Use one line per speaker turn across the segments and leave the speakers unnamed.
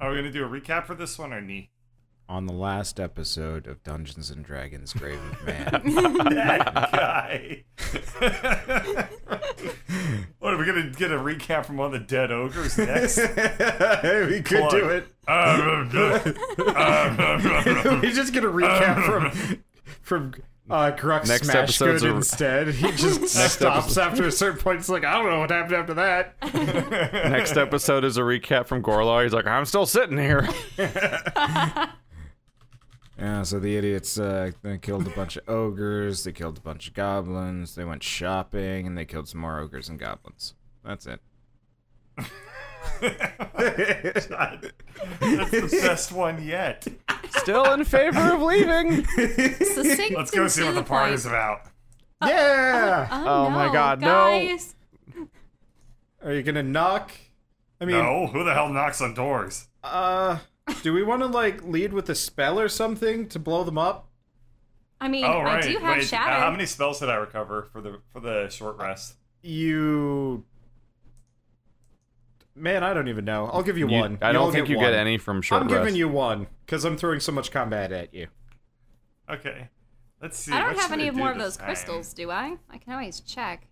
Are we gonna do a recap for this one or nee?
on the last episode of Dungeons and Dragons Grave of Man.
That guy. what are we gonna get a recap from one of the dead ogres next? Um,
we could do it. We're just gonna recap from from uh, Grux
Next
Smash
episode's
Good
a-
instead. He just stops
episode-
after a certain point. It's like I don't know what happened after that.
Next episode is a recap from Gorlaw. He's like, I'm still sitting here.
Yeah, so the idiots uh, they killed a bunch of ogres. They killed a bunch of goblins. They went shopping and they killed some more ogres and goblins. That's it.
That's the best one yet.
Still in favor of leaving.
Succinct
Let's go
and
see
to
what the
point.
party's about.
yeah.
Oh,
Oh my
no,
God, no.
guys.
Are you gonna knock? I mean,
No, who the hell knocks on doors?
uh, do we want to like lead with a spell or something to blow them up?
I mean,
oh right,
I do have
wait. uh,
shatter.
How many spells did I recover for the for the short rest?
You. Man, I don't even know. I'll give you,
You-
one.
I
You all
don't think you
one.
get any from short
I'm
rest.
giving you one because I'm throwing so much combat at you.
Okay, let's see.
I
what
don't have
should
any
do
more of
this
those
time?
crystals, do I? I can always check.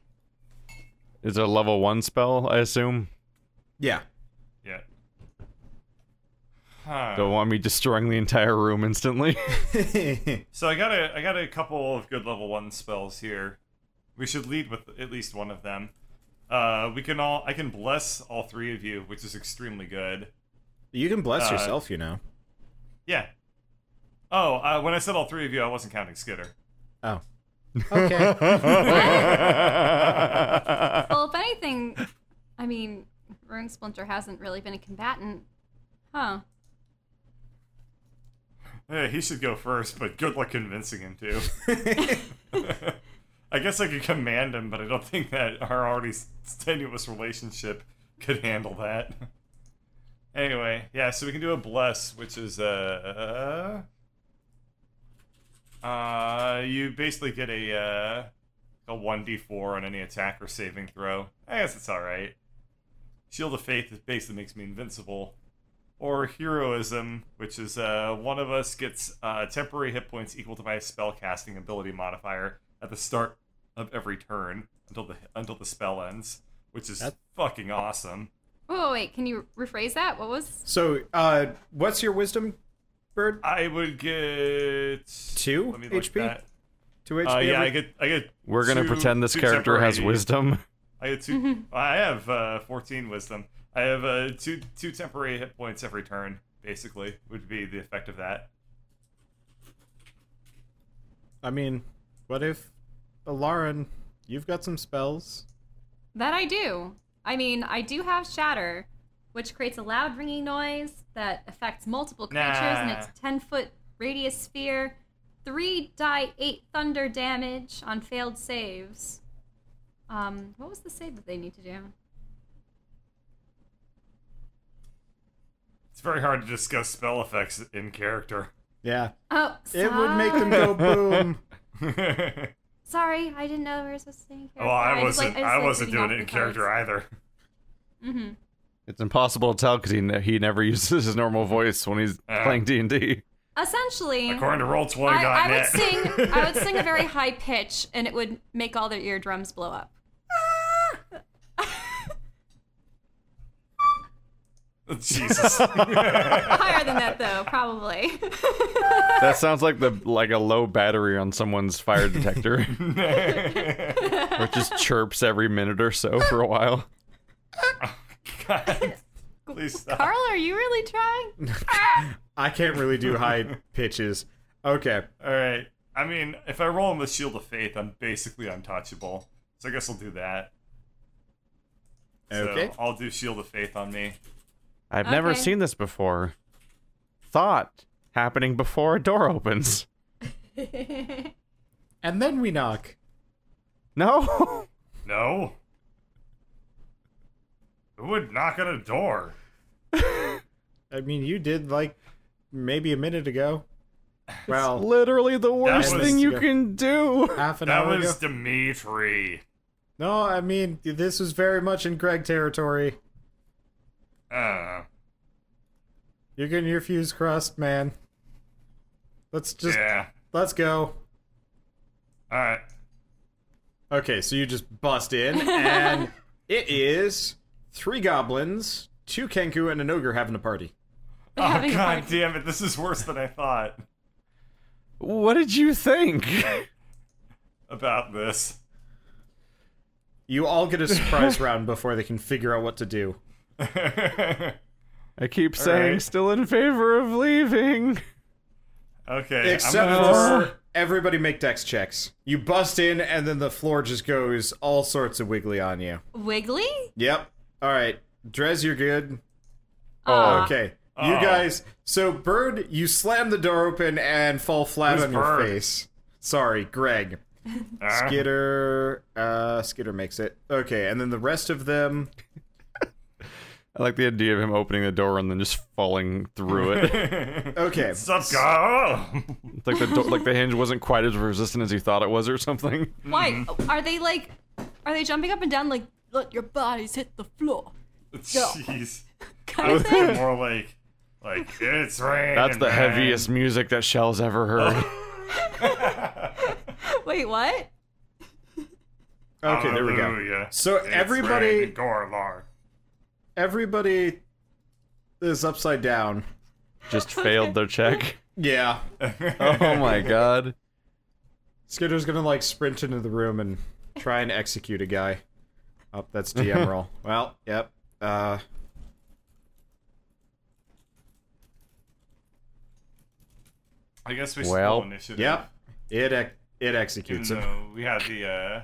Is it a level one spell? I assume.
Yeah.
Yeah.
Uh,
Huh.
Don't want me destroying the entire room instantly.
So I got a I got a couple of good level one spells here. We should lead with at least one of them. Uh, we can all I can bless all three of you, which is extremely good.
you can bless
Uh,
yourself, you know.
Yeah. Oh, uh, when I said all three of you, I wasn't counting Skitter.
Oh. Okay.
Well, if anything, I mean, Rune Splinter hasn't really been a combatant, huh?
Yeah, he should go first, but good luck convincing him to. I guess I could command him, but I don't think that our already s- tenuous relationship could handle that. Anyway, yeah, so we can do a bless, which is uh, uh, you basically get a uh, a one d four on any attack or saving throw. I guess it's all right. Shield of Faith basically makes me invincible or heroism, which is uh, one of us gets uh, temporary hit points equal to my spellcasting ability modifier at the start of every turn until the until the spell ends, which is
That's-
fucking awesome.
Oh wait, can you rephrase that? What was?
so, uh, what's your wisdom, Bird?
I would get
Two
let me look
HP?
that.
Two HP.
Uh, yeah,
every-
I get I get.
We're gonna
two-
pretend this
two
character has
temporary-
wisdom.
I had two. I have uh, fourteen wisdom. I have uh, two two temporary hit points every turn. Basically, would be the effect of that.
I mean, what if, Lauren, you've got some spells?
That I do. I mean, I do have shatter, which creates a loud ringing noise that affects multiple creatures in
Nah.
its ten foot radius sphere. Three die eight thunder damage on failed saves. Um, what was the save that they need to do?
It's very hard to discuss spell effects in character.
Yeah.
Oh, sorry.
It would make them go boom.
Sorry, I didn't know we were supposed to stay in character.
Well, Oh, I
just
wasn't.
like- just
I
like
wasn't
reading
doing it in
off the cards.
character either.
Mhm.
It's impossible to tell because he ne- he never uses his normal voice when he's
Uh.
Yeah.
playing D and D.
Essentially,
According to Roll20.net.
I, I would sing. I would sing a very high pitch, and it would make all their eardrums blow up.
Jesus.
Higher than that, though, probably.
That sounds like the like a low battery on someone's fire detector, which just chirps every minute or so for a while.
God. Please stop.
Carl, are you really trying?
I can't really do high pitches. Okay.
All right. I mean, if I roll him with Shield of Faith, I'm basically untouchable. So I guess I'll do that.
Okay.
So I'll do Shield of Faith on me.
I've never
Okay.
seen this before. Thought happening before a door opens.
And then we knock.
No.
No. Who would knock on a door?
I mean, you did like maybe a minute ago. Well,
literally the worst
was-
thing you can do.
half an
That
hour
was
ago.
Dimitri.
No, I mean, this was very much in Greg territory.
Uh,
You're getting your fuse crossed, man. Let's just
yeah.
let's go.
All right.
Okay, so you just bust in, and it is three goblins, two Kenku, and an ogre having a party.
Oh
having a
god
party.
damn it! This is worse than I thought
What did you think?
about this.
You all get a surprise round before they can figure out what to do.
okay.
I keep saying
right.
still in favor of leaving.
Except
I'm gonna-
for everybody make dex checks. You bust in, and then the floor just goes all sorts of wiggly on you.
Wiggly?
Yep. All right, Drez, you're good. Oh.
Aw.
Okay. You
Oh.
guys, so Bird, you slam the door open and fall flat
Who's
on your
Bird?
face. Sorry, Greg.
Ah,
Skitter, uh, Skitter makes it. Okay, and then the rest of them.
I like the idea of him opening the door and then just falling through it.
Okay,
Sup, guy?
It's like the do- like the hinge wasn't quite as resistant as he thought it was, or something.
Mm-hmm.
Why are they like? Are they jumping up and down like let your bodies hit the floor
Jeez.
Oh.
kind of
They're
thing?
more like, like it's raining.
That's the
man."
heaviest music that Shell's ever heard.
Wait, what?
okay, there we go.
Hallelujah.
So
It's
everybody,
raining, Gorlar.
everybody is upside down.
Just failed their check.
Yeah.
Oh my god.
Skitter's gonna like sprint into the room and try and execute a guy. Oh, that's DM roll. Well, yep. Uh.
I guess we should
Well.
roll initiative.
Yep. It ex- it
Even
executes him.
though we had the, uh,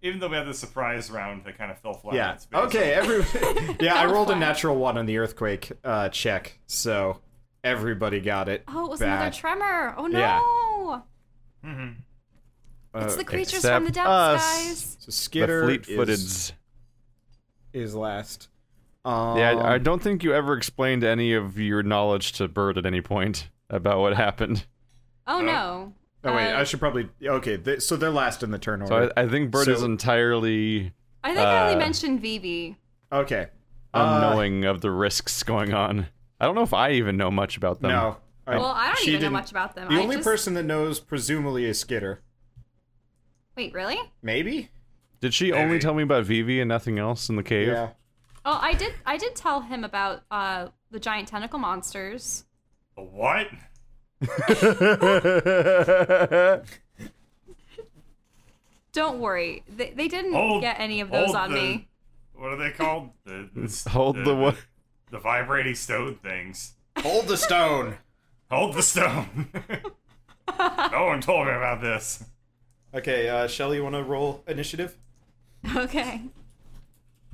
even though we had the surprise round that kind of fell flat.
Yeah.
It's because
Okay. Every. yeah, I
That was
rolled a
fun.
natural one on the earthquake uh, check, so everybody got it.
Oh, it was
bad.
another tremor. Oh no!
Yeah. Uh,
of- Mhm.
It's the
Okay,
creatures
except
from the depths,
us.
guys.
So
The
Skitter
fleet footed.
is, is last. Um,
Yeah, I, I don't think you ever explained any of your knowledge to Bird at any point about what happened.
Oh no!
Oh wait,
Uh,
I should probably. Okay, th- so they're last in the turn order.
So I, I think Bird is
So-
entirely
I think I only
Uh,
mentioned VB.
Okay. Uh,
unknowing of the risks going on. I don't know if I even know much about them.
No. I-
Well, I don't
she
even
didn't-
know much about them.
The
I
only
just...
person that knows presumably is Skitter.
Wait, really?
Maybe.
Did she only tell me about Vivi and nothing else in the cave?
Yeah.
Oh, I did. I did tell him about uh, the giant tentacle monsters.
The what?
Don't worry, they, they didn't
Hold-
get any of those
hold
on
the-
me.
What are they called? The, the-
Hold the what?
The vibrating stone things.
Hold the stone.
Hold the stone. no one told me about this.
Okay, uh, Shelly, you want to roll initiative?
Okay.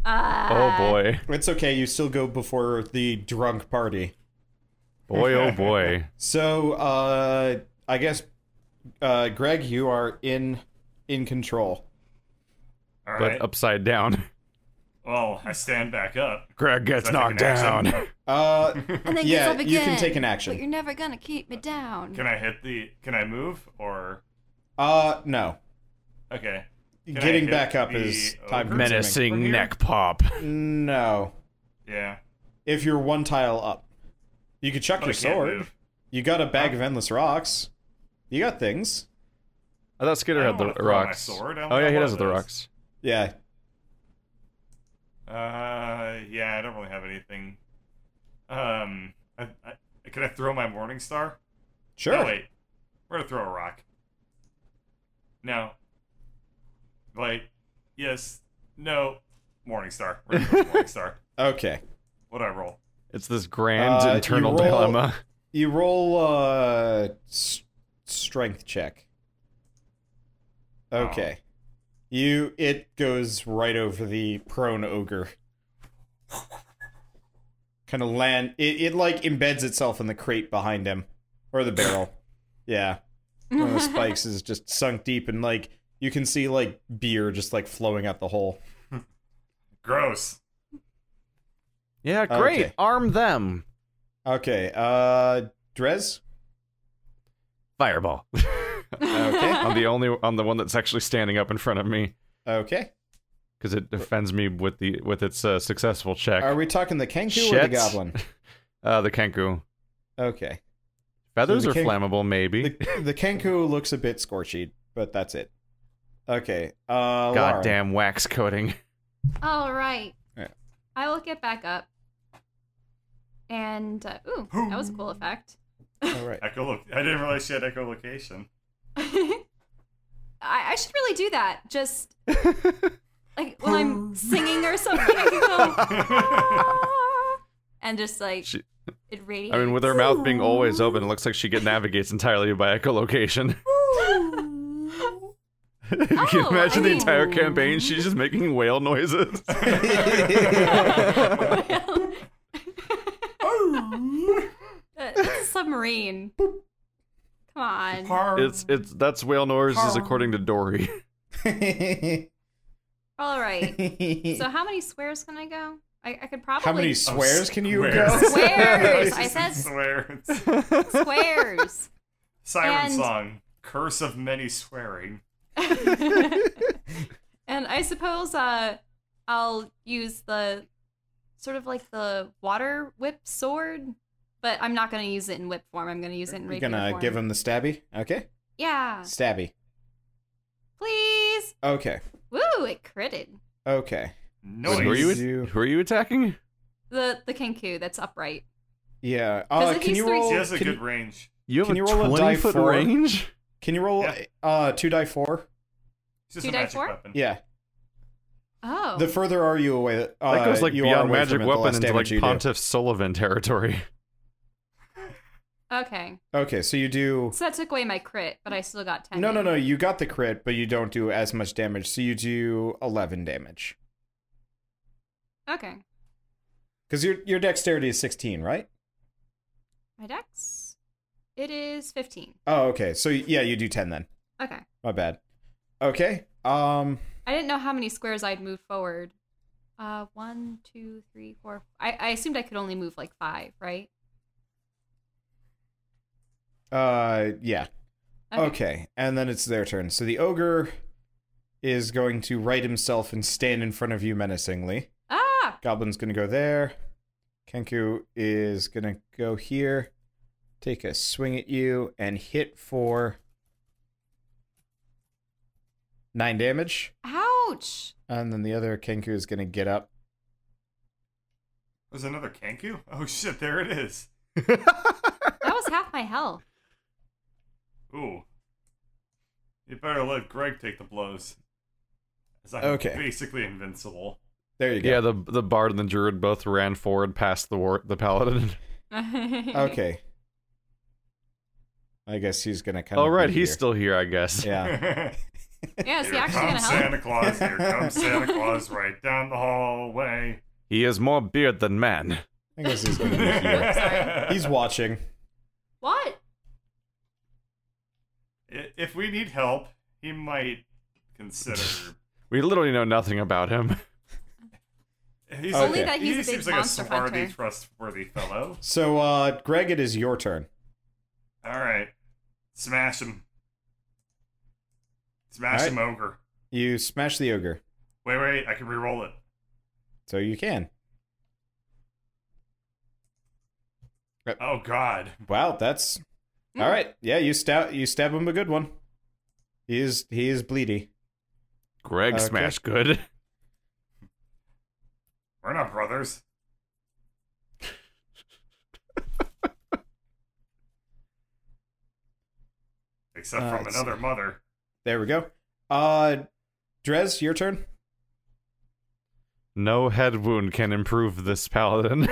Uh,
Oh boy,
It's okay. You still go before the drunk party.
boy, oh boy.
So, uh, I guess, uh, Greg, you are in in control.
All
But
right.
upside down.
well, I stand back up.
Greg gets
That's
knocked
like an
down.
action.
Uh,
and then
yeah,
gets up
you can
again,
take an
But you're
action.
never gonna keep me down.
Can I hit the? Can I move or?
Uh, no.
Okay. Can I
Getting
hit
back up
the
is
ogre?
time consuming.
From
Menacing
here?
neck pop.
No.
Yeah.
If you're one tile up, you could chuck
But Oh, I
your
can't
sword.
move.
You got a bag of endless rocks. You got things.
I thought Skitter
I
had
don't
the
wanna throw my
rocks.
sword. I
Oh
don't
yeah,
have
he
one
does
of
have the
those.
rocks.
Yeah.
Uh, yeah, I don't really have anything. Um, I, I, can I throw my morning star?
Sure.
No, Oh, wait, we're gonna throw a rock. No. Wait. Yes. No. Morning star. We're gonna throw a morning star.
Okay.
What do I roll?
It's this grand
Uh, you
internal
roll-
dilemma.
You roll uh s- strength check. Okay. You it goes right over the prone ogre. kind of land it, it like embeds itself in the crate behind him or the barrel. yeah. One of the spikes is just sunk deep and like you can see like beer just like flowing out the hole.
Gross.
Yeah, great.
Oh, Okay.
Arm them.
Okay. Uh Drez?
Fireball.
Oh, Okay.
I'm the only I'm the one that's actually standing up in front of me
okay.
because it defends me with the with its uh, successful check.
Are we talking the Kenku or the
Shit.
goblin?
Uh, the Kenku.
Okay.
Feathers
the
are
Ken-
flammable, maybe.
The, the Kenku looks a bit scorchy, but that's it. Okay. Uh, Lauren.
Goddamn wax coating.
All right.
Yeah.
I will get back up. And uh, ooh, that was a cool effect.
All right.
Echo. I didn't realize she had echolocation.
I, I should really do that. Just like when I'm singing or something, I can go "Ah," and just like
She-
it radiates.
I mean, with her mouth being always open, it looks like she get navigates entirely by echolocation. Can you
Oh,
imagine the
I mean-
entire campaign? She's just making whale noises.
it's a submarine. Come on.
Par-
It's it's that's whale noises according to Dory.
All right. So how many swears can I go? I, I could probably
How many squares can you
squares.
go?
squares. I said
swears.
squares.
Siren
And-
song. Curse of many swearing.
and I suppose uh, I'll use the sort of like the water whip sword, but I'm not going to use it in whip form. I'm going to use it Uh, in
You're
rapier
gonna
form.
give him the stabby? Okay.
Yeah,
Stabby.
please.
Okay.
Woo! It critted
Okay.
Noise.
Who are you?
You-
Who are you attacking?
the the kenku that's upright.
Yeah. Uh,
'Cause if
can
he's
you
three-
roll?
She has a
can,
good range.
You have
Can
a
you roll a die
twenty foot
four?
range.
Can you roll
Yeah.
uh two die four?
She's just
Two
a
die
magic
four?
weapon.
Yeah.
Oh,
The further are you away, uh,
that goes like
you are
beyond
away
magic
from it, the
weapon
less
into
damage
like
you do.
Pontiff Sullivan territory.
okay.
Okay, so you do.
So that took away my crit, but I still got ten.
No, no, no. You got the crit, but you don't do as much damage. So you do eleven damage
Okay,
because your your dexterity is sixteen, right?
my dex. It is fifteen.
Oh, okay. So yeah, you do ten then.
Okay,
My bad. Okay. Um.
I didn't know how many squares I'd move forward. Uh, one, two, three, four. I, I assumed I could only move like five, right?
Uh. Yeah. Okay. And then it's their turn. So the ogre is going to right himself and stand in front of you menacingly.
Ah!
Goblin's gonna go there. Kenku is gonna go here, take a swing at you, and hit for nine damage.
Ouch!
And then the other Kenku is gonna get up.
There's another Kenku? Oh shit, there it is.
That was half my health.
Ooh. You better let Greg take the blows. 'Cause I'm
Okay.
basically invincible.
There you go.
Yeah, the the bard and the druid both ran forward past the war- the paladin.
okay.
okay. I guess he's gonna kind
All
of.
right,
be
he's
here.
still here, I guess.
Yeah.
Yeah, is he
Here
actually gonna
comes
help?
Santa Claus. Here comes Santa Claus right down the hallway.
He has more beard than man.
I guess he's gonna be here. He's watching.
What?
I- If we need help, he might consider.
We literally know nothing about him.
He's
Only
that
he
he's a big
seems like a
monster
swarthy,
hunter.
trustworthy fellow.
So, uh, Greg, it is your turn.
All right, smash him, smash
All right.
him, ogre.
You smash the ogre,
Wait, wait, I can re-roll it.
so you can.
Oh God,
Wow, that's
Hmm.
all right. Yeah, you stab you stab him a good one. He is he is bleedy.
Greg
Okay.
smash good.
we're not brothers. Except
Uh,
from
let's
another
see.
mother.
There we go. Uh, Drez, your turn.
No head wound can improve this paladin.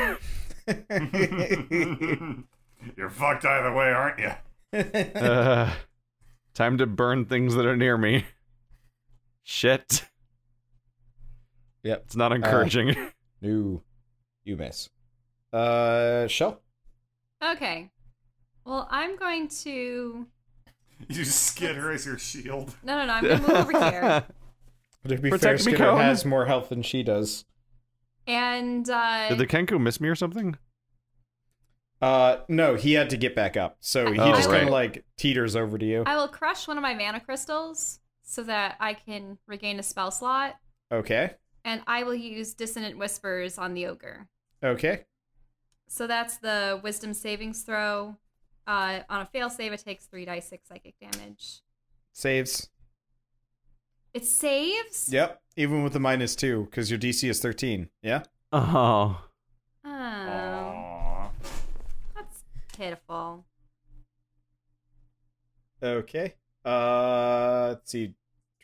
You're fucked either way, aren't you?
Uh, time to burn things that are near me. Shit.
Yep. Uh,
It's not encouraging.
No, you miss. Uh, Shell.
Okay. Well, I'm going to.
You skid her as your shield.
No, no, no. I'm going to move over here.
To be
Protect me,
fair, Skinner
Cone.
has more health than she does.
And uh,
Did the Kenku miss me or something?
Uh, no, he had to get back up, so he
Oh,
just kind
right.
of like teeters over to you.
I will crush one of my mana crystals so that I can regain a spell slot.
Okay,
And I will use Dissonant Whispers on the ogre.
okay.
So that's the wisdom savings throw. Uh, on a fail save, it takes three dice, six psychic damage.
Saves.
It saves?
Yep. Even with the minus two, because your DC is 13. Yeah?
Oh.
Oh,
Aw.
that's pitiful.
Okay. Uh, let's see.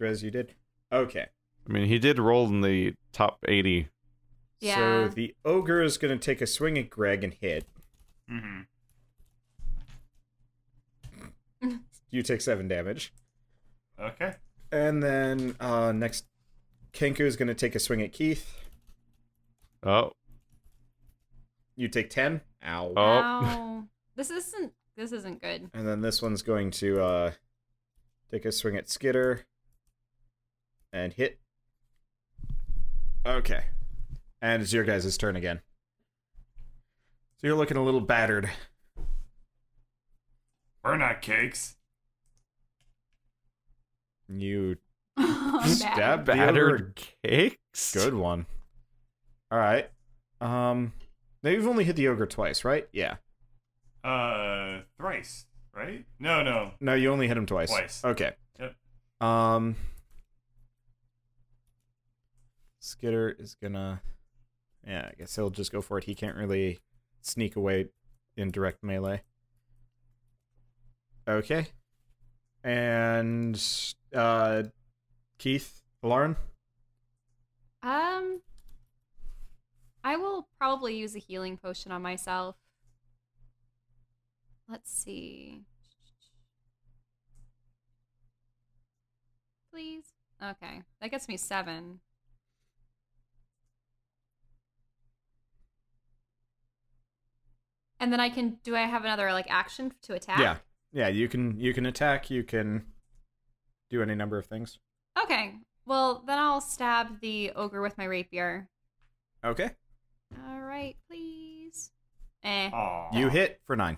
Drez, you did. Okay.
I mean, he did roll in the top 80.
Yeah.
So the ogre is going to take a swing at Greg and hit.
Mhm.
You take seven damage.
Okay.
And then uh, next, Kenku is going to take a swing at Keith.
Oh.
You take 10. Ow.
Oh.
Ow. This isn't this isn't good.
And then this one's going to uh, take a swing at Skitter and hit. Okay. And it's your guys' turn again. So you're looking a little battered.
We're not cakes.
You
Oh, Bad.
stabbed the other-
Battered cakes?
Good one. All right. Um, now you've only hit the ogre twice, right? Yeah.
Uh, thrice, right? No, no.
No, you only hit him twice.
Twice.
Okay.
Yep.
Um, Skitter is gonna. Yeah, I guess he'll just go for it. He can't really sneak away in direct melee. Okay. And uh, Keith, Lauren.
Um I will probably use a healing potion on myself. Let's see. Please. Okay. That gets me 7. And then I can do I have another like action to attack?
Yeah, yeah. You can you can attack. You can do any number of things.
Okay. Well, then I'll stab the ogre with my rapier.
Okay.
All right, please. Eh.
Aw.
You hit for nine.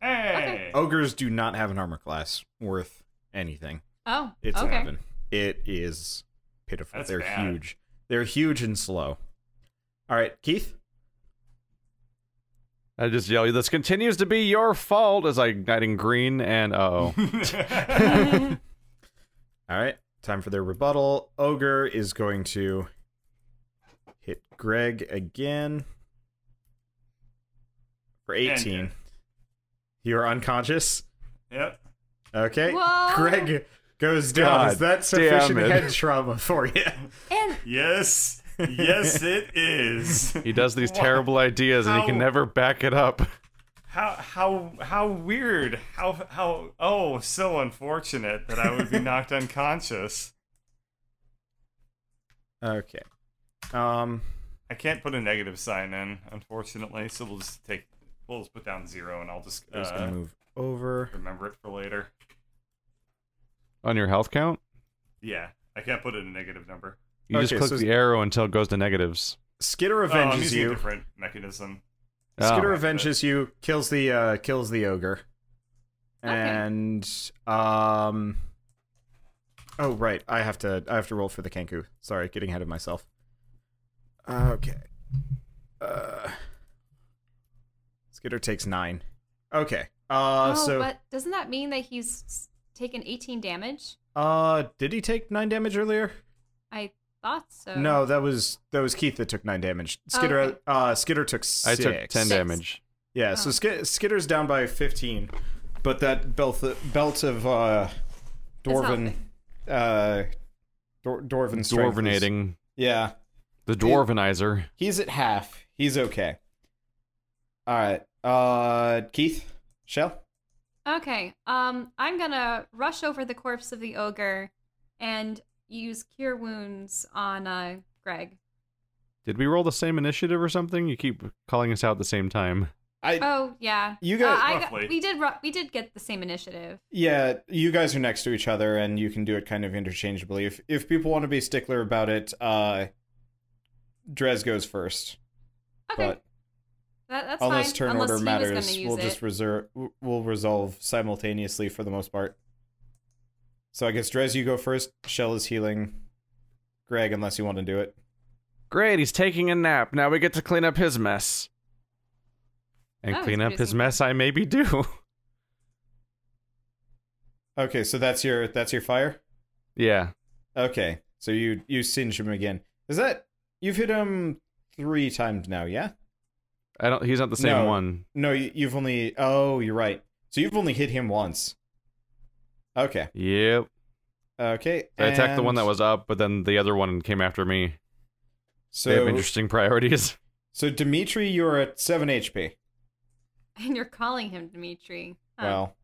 Hey.
Ogres do not have an armor class worth anything.
Oh,
It's
okay.
eleven. It is pitiful.
That's
They're
bad.
huge. They're huge and slow. All right, Keith.
I just yell, this continues to be your fault as I igniting green and oh.
All right, time for their rebuttal. Ogre is going to hit Greg again for eighteen.
And-
You are unconscious.
yep.
Okay.
Whoa.
Greg goes down.
God
Is that
damn
sufficient
it.
head trauma for you?
And
Yes. Yes, it is.
He does these
Wow.
terrible ideas and he can
How-
never back it up.
How how how weird. How how oh so unfortunate that I would be knocked unconscious.
Okay. Um.
I can't put a negative sign in, unfortunately. So we'll just take we'll just put down zero, and I'll just
I'm just gonna
uh,
move over.
remember it for later.
On your health count?
Yeah, I can't put in a negative number.
You just
Okay,
click
so-
the arrow until it goes to negatives.
Skitter
Oh, I'm
avenges
using a
you.
different mechanism.
Skitter
Oh.
avenges you. Kills the uh, kills the ogre.
Okay.
And um. Oh right, I have to I have to roll for the Kenku. Sorry, getting ahead of myself. Okay. Uh. Skitter takes nine. Okay. Uh.
oh,
so.
but doesn't that mean that he's s- taken 18 damage?
Uh, did he take nine damage earlier?
I thought so.
No, that was that was Keith that took nine damage. Skitter,
Oh. okay.
uh, Skitter took
I
six.
took 10 damage.
Yeah,
Oh.
so Sk- Skitter's down by fifteen, but that belt belt of uh, dwarven, uh, dwar- dwarven strength is-
Dwarvenating.
Yeah,
The Dwarvenizer.
he's at half. He's okay. All right, uh, Keith, Shell.
Okay. Um, I'm gonna rush over the corpse of the ogre and use cure wounds on uh Greg.
Did we roll the same initiative or something? You keep calling us out at the same time.
I
Oh yeah.
You
Uh,
got-
I
Roughly.
we did. Ru- we did get the same initiative.
Yeah, you guys are next to each other, and you can do it kind of interchangeably. If if people want to be stickler about it, uh, Drez goes first.
Okay.
But
that, that's
unless
fine.
turn
unless
order
he was
matters,
gonna use
we'll
it.
just reserve. We'll resolve simultaneously for the most part. So I guess Drez, you go first. Shell is healing. Greg, unless you want to do it.
Great, he's taking a nap. Now we get to clean up his mess. and
Oh, he's
clean up his
producing.
mess I maybe do.
Okay, so that's your that's your fire.
yeah.
Okay, so you you singe him again. Is that you've hit him three times now? Yeah.
I don't he's not the same
No.
one.
No, you, you've only. Oh, you're right. So you've only hit him once. Okay.
Yep.
Okay.
I attacked the one that
and
was up, but then the other one came after me.
So
they have interesting priorities.
so Dimitri, you are at seven HP.
And you're calling him Dimitri. Huh.
Well,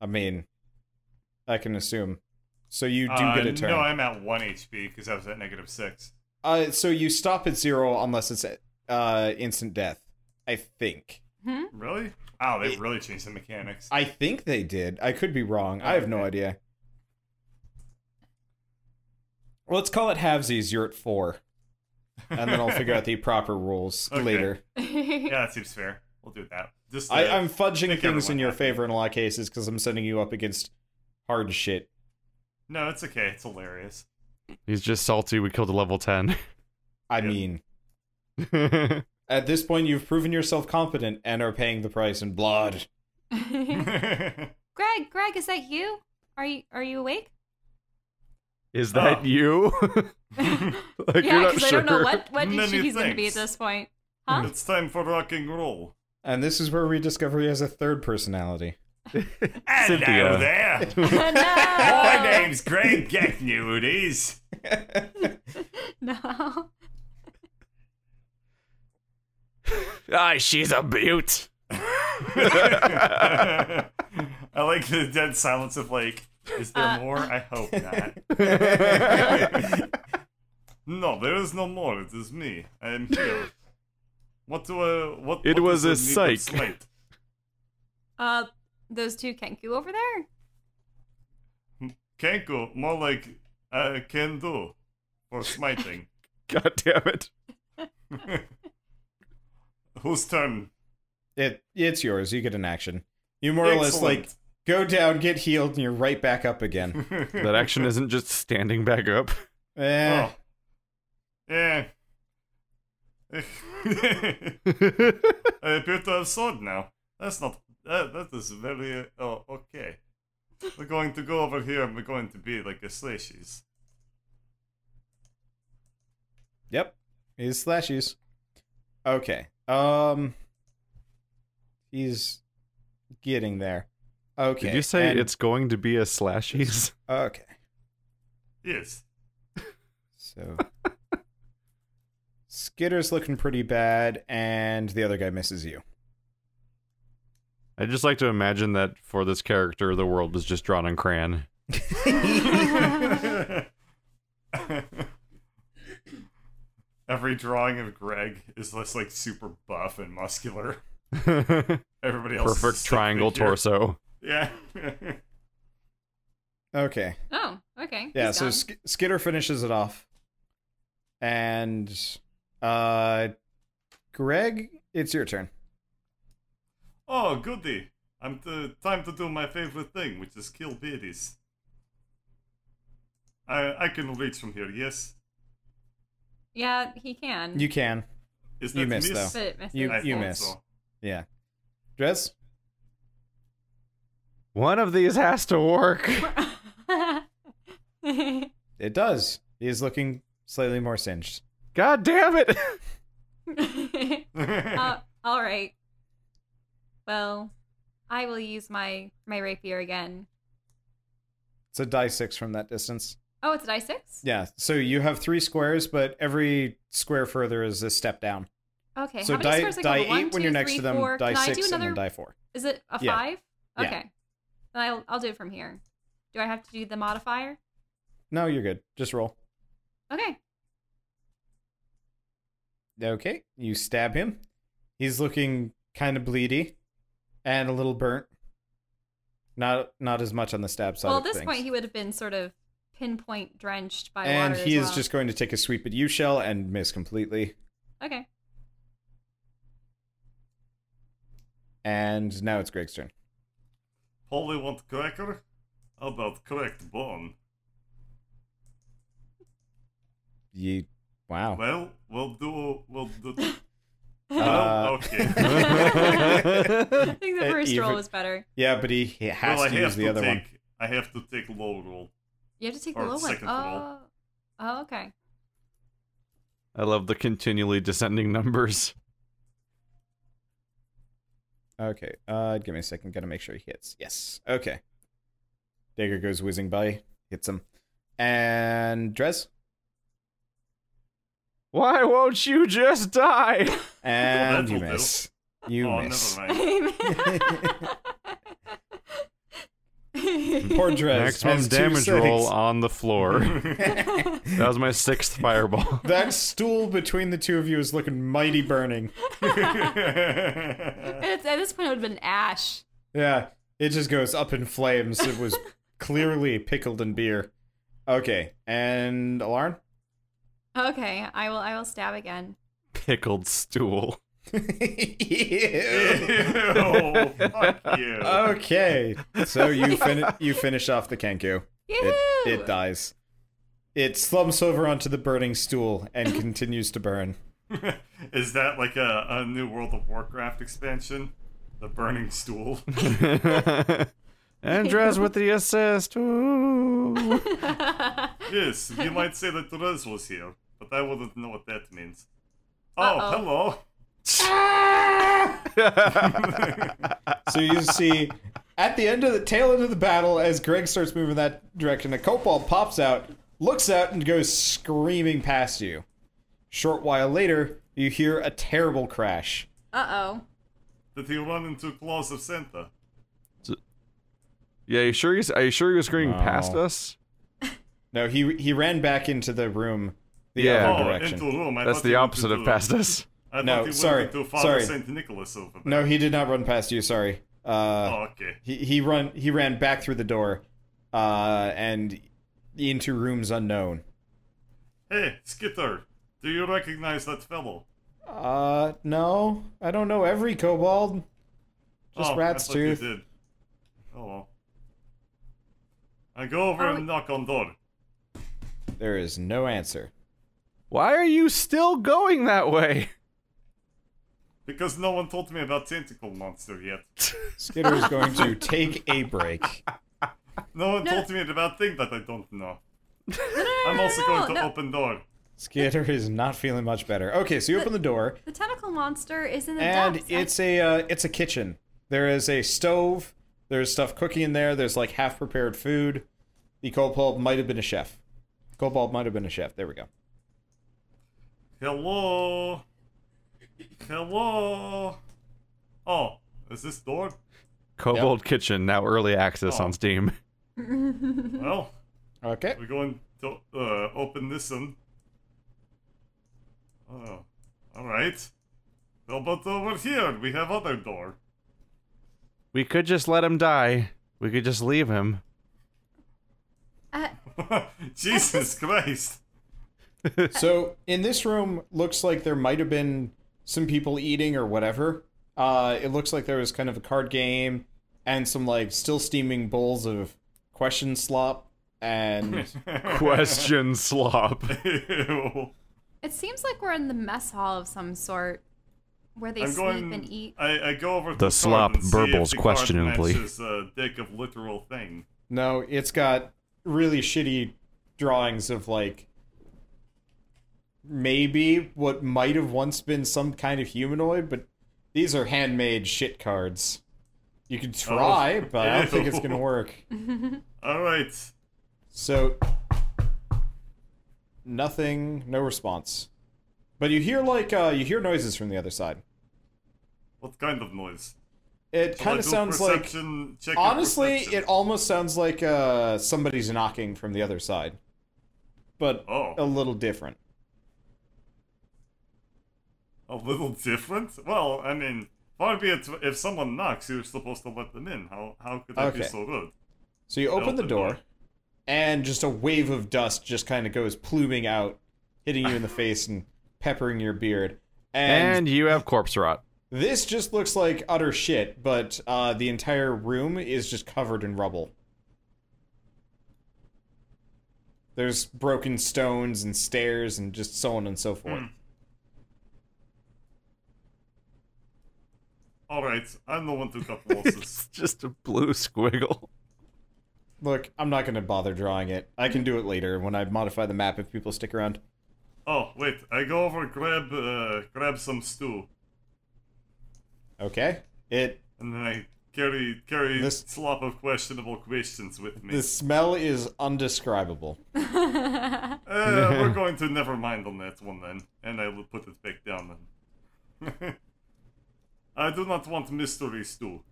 I mean, I can assume. So you do
Uh,
get a turn.
No, I'm at one HP because I was at negative six.
Uh, so you stop at zero unless it's uh instant death. I think.
Hmm?
Really? Oh, they
It-
really changed the mechanics.
I think they did. I could be wrong. I have no idea. Let's call it halvesies. You're at four, and then I'll figure out the proper rules
Okay.
later.
yeah, that seems fair. We'll do that. Just
I,
uh,
I'm fudging
make
things in
everyone
your
happy.
favor in a lot of cases because I'm sending you up against hard shit.
No, it's okay. It's hilarious.
He's just salty. We killed a level 10.
I
Yep.
mean, at this point, you've proven yourself competent and are paying the price in blood.
Greg, Greg, is that you? Are you are you awake?
Is that
Oh.
you? like,
yeah, because I don't know what what
Many
issue he's going to be at
thanks.
this point. Huh?
it's time for rock and roll.
And this is where we discover he has a third personality.
Hello
Cynthia.
there. My
no.
name's Greg Gacknew. It is.
no.
Ay, she's a beaut.
I like the dead silence of like. Is there
Uh,
more? I hope not. no, there is no more. It is me. I am here. What do I? What?
It
what
was
is the
a
need of
psych.
slight?
Uh, those two Kenku over there.
Kenko, more like uh, can do for smiting.
God damn it.
Whose turn?
It it's yours. You get an action. You more or less like
Excellent.
go down, get healed, and you're right back up again.
That action isn't just standing back up.
Eh,
Oh. Yeah. I appear to have sword now. That's not. That, that is very. Uh, oh, okay. We're going to go over here and we're going to be like a slashies.
Yep, he's slashies. Okay. Um, he's getting there. Okay.
Did you say
and-
it's going to be a slashies?
okay?
Yes.
So Skitter's looking pretty bad, and the other guy misses you.
I just like to imagine that for this character, the world was just drawn in crayon.
Every drawing of Greg is less like super buff and muscular.
Perfect
Everybody else. is a stick
triangle
figure.
torso.
Yeah.
Okay.
Oh, okay.
Yeah,
He's
so
gone.
Sk- Skitter finishes it off. And uh Greg, it's your turn.
oh, goody. I'm t- time to do my favorite thing, which is kill babies. I I can reach from here. Yes.
yeah, he can.
You can.
Is that
You missed,
miss?
but it misses.
you-
I
you
thought
missed.
so.
Yeah. Dress?
One of these has to work.
It does. He is looking slightly more singed.
God damn it.
Uh, all right. Well, I will use my my rapier again.
It's a die six from that distance.
Oh, it's a die six.
Yeah. So you have three squares, but every square further is a step down.
Okay.
so
how many
die
squares do I
die
cover?
eight
One,
when you're
two,
next
three,
to them,
four.
die
Can I
six
do another?
and then die four.
Is it a
Yeah.
five?
Yeah.
Okay. Then I'll I'll do it from here. Do I have to do the modifier?
No, you're good. Just roll.
Okay.
Okay. You stab him. He's looking kind of bleedy and a little burnt. Not not as much on the stab side.
well,
of
at this
things.
point, he would have been sort of pinpoint drenched by
and
water.
he
as
is
well.
just going to take a sweep at you, Shell, and miss completely.
okay.
And now it's Greg's turn.
Holy want cracker? How about cracked bone?
You, wow.
Well, we'll do we'll do
Uh,
oh, okay.
I think the
Uh,
first
even-
roll was better.
Yeah, but he, he has
well, I
to
have
use
to
the other
take.
one.
I have to take low roll.
You have to take
Or
the low one.
second
Oh.
roll.
oh, okay.
I love the continually descending numbers.
Okay. Uh, give me a second. Gotta make sure he hits. Yes. Okay. Dagger goes whizzing by, hits him, and Drez,
Why won't you just die?
and you
that'll do.
miss. You
oh,
miss.
never mind.
Poor
Poor
Drez.
Maximum
has two
damage roll
settings.
on the floor. that was my sixth fireball.
That stool between the two of you is looking mighty burning.
At at this point, it would have been ash.
Yeah, it just goes up in flames. It was clearly pickled in beer. Okay, and Alarn?
Okay, I will. I will stab again.
Pickled stool.
Ew, fuck you.
okay, so you fin- you finish off the Kenku. It,
Ew.
it dies. It slumps over onto the burning stool and continues to burn.
Is that like a, a new World of Warcraft expansion? The Burning Stool.
Andres with the assist. Ooh.
yes, you might say that Therese was here, but I wouldn't know what that means. Oh,
Uh-oh.
hello.
So you see, at the end of the tail end of the battle, as Greg starts moving that direction, a kobold pops out, looks out, and goes screaming past you. Short while later, you hear a terrible crash.
Uh
Did he run into claws of Santa?
Yeah, you sure he's, are you sure he was screaming past
No.
us?
No, he he ran back into the room, the
Yeah.
other
oh,
direction.
into room. I
That's
thought he
the
went
opposite of
into-
past us.
I thought
No,
he went
sorry,
into Father
sorry.
Saint Nicholas over there.
No, he did not run past you. Sorry. Uh,
Oh, okay.
He he run he ran back through the door, uh, and into rooms unknown.
Hey, Skitter, do you recognize that fellow?
Uh, no, I don't know every kobold. Just
oh,
rat's
I thought you
tooth.
did. Oh well. I go over
Are
and
we-
knock on door.
There is no answer.
Why are you still going that way?
Because no one told me about Tentacle Monster yet.
Skitter is going to take a break.
No one
No.
told me about things that I don't know.
oh. No, no, no,
I'm
no,
also
no,
going to
no.
open door.
Skitter is not feeling much better. Okay, so you open the door,
The tentacle monster is in the
and
depths. I-
it's a uh, it's a kitchen. There is a stove. There's stuff cooking in there. There's like half prepared food. The kobold might have been a chef. Kobold might have been a chef. There we go.
Hello? Hello? Oh, is this door?
Kobold Kitchen, now early access
Oh.
on Steam.
Mm-hmm.
Well,
Okay.
we're going to uh, open this one. Oh, alright. Well, but over here, we have other door.
We could just let him die. We could just leave him.
Uh,
Jesus Christ!
So in this room, looks like there might have been some people eating or whatever. Uh, it looks like there was kind of a card game and some like still steaming bowls of question slop and
Question slop.
Ew.
it seems like we're in the mess hall of some sort, where they
I'm
sleep
going.
and eat.
I, I go over to
The
card
slop
and see if
burbles
the card
questionably.
matches, uh, dick of literal thing.
no, it's got really shitty drawings of like maybe what might have once been some kind of humanoid, but these are handmade shit cards. You could try, but I don't think it's gonna
Ew.
work.
All right.
So nothing, no response. But you hear like uh, you hear noises from the other side.
What kind of noise?
It
Shall I
kind of
do
sounds like
perception, check of
honestly,
perception?
it almost sounds like uh, somebody's knocking from the other side, but
Oh.
a little different.
a little different. Well, I mean, far be it if someone knocks, you're supposed to let them in. How how could that be
Okay.
so rude?
So you open
Open
the door,
door.
and just a wave of dust just kind of goes pluming out, hitting you in the face and peppering your beard. And,
And you have corpse rot.
this just looks like utter shit, but uh, the entire room is just covered in rubble. There's broken stones and stairs and just so on and so forth.
All right, I'm the one who got the
it's
losses.
just a blue squiggle.
Look, I'm not going to bother drawing it. I can do it later when I modify the map if people stick around.
oh wait, I go over grab uh, grab some stew,
Okay. It
and then I carry carry
This-
slop of questionable questions with me.
the smell is undescribable.
Uh, we're going to never mind on that one then, and I will put it back down then. I do not want mystery stew.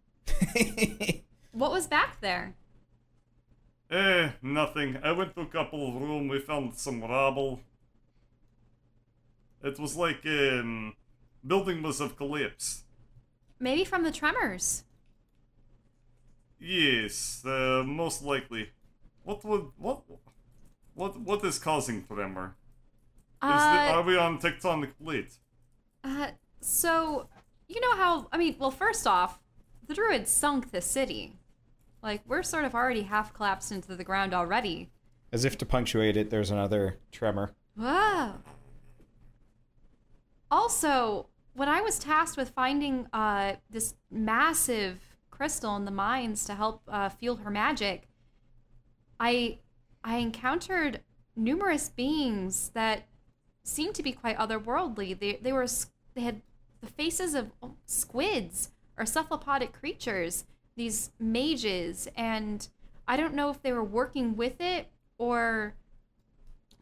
What was back there?
Eh, nothing. I went to a couple room, we found some rubble. It was like, um, building was of collapse.
Maybe from the tremors.
Yes, uh, most likely. What would, what, what, what is causing tremor? Is the, are
Uh,
we on tectonic plate?
uh, so you know how? I mean, well, first off, the druids sunk the city. Like we're sort of already half collapsed into the ground already.
As if to punctuate it, there's another tremor.
Whoa. Also, when I was tasked with finding uh, this massive crystal in the mines to help uh, fuel her magic, I I encountered numerous beings that seemed to be quite otherworldly. They they were s- they had the faces of oh, squids or cephalopodic creatures. These mages, and I don't know if they were working with it or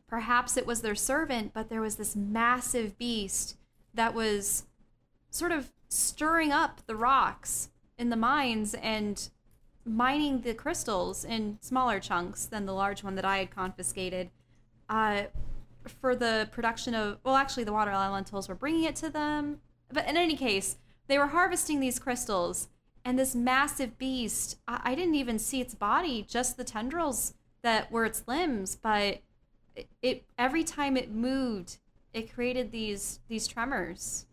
perhaps it was their servant, but there was this massive beast that was sort of stirring up the rocks in the mines and mining the crystals in smaller chunks than the large one that I had confiscated uh, for the production of, well, actually, the water elementals were bringing it to them. But in any case, they were harvesting these crystals, and this massive beast, I, I didn't even see its body, just the tendrils that were its limbs, but it, it every time it moved it created these these tremors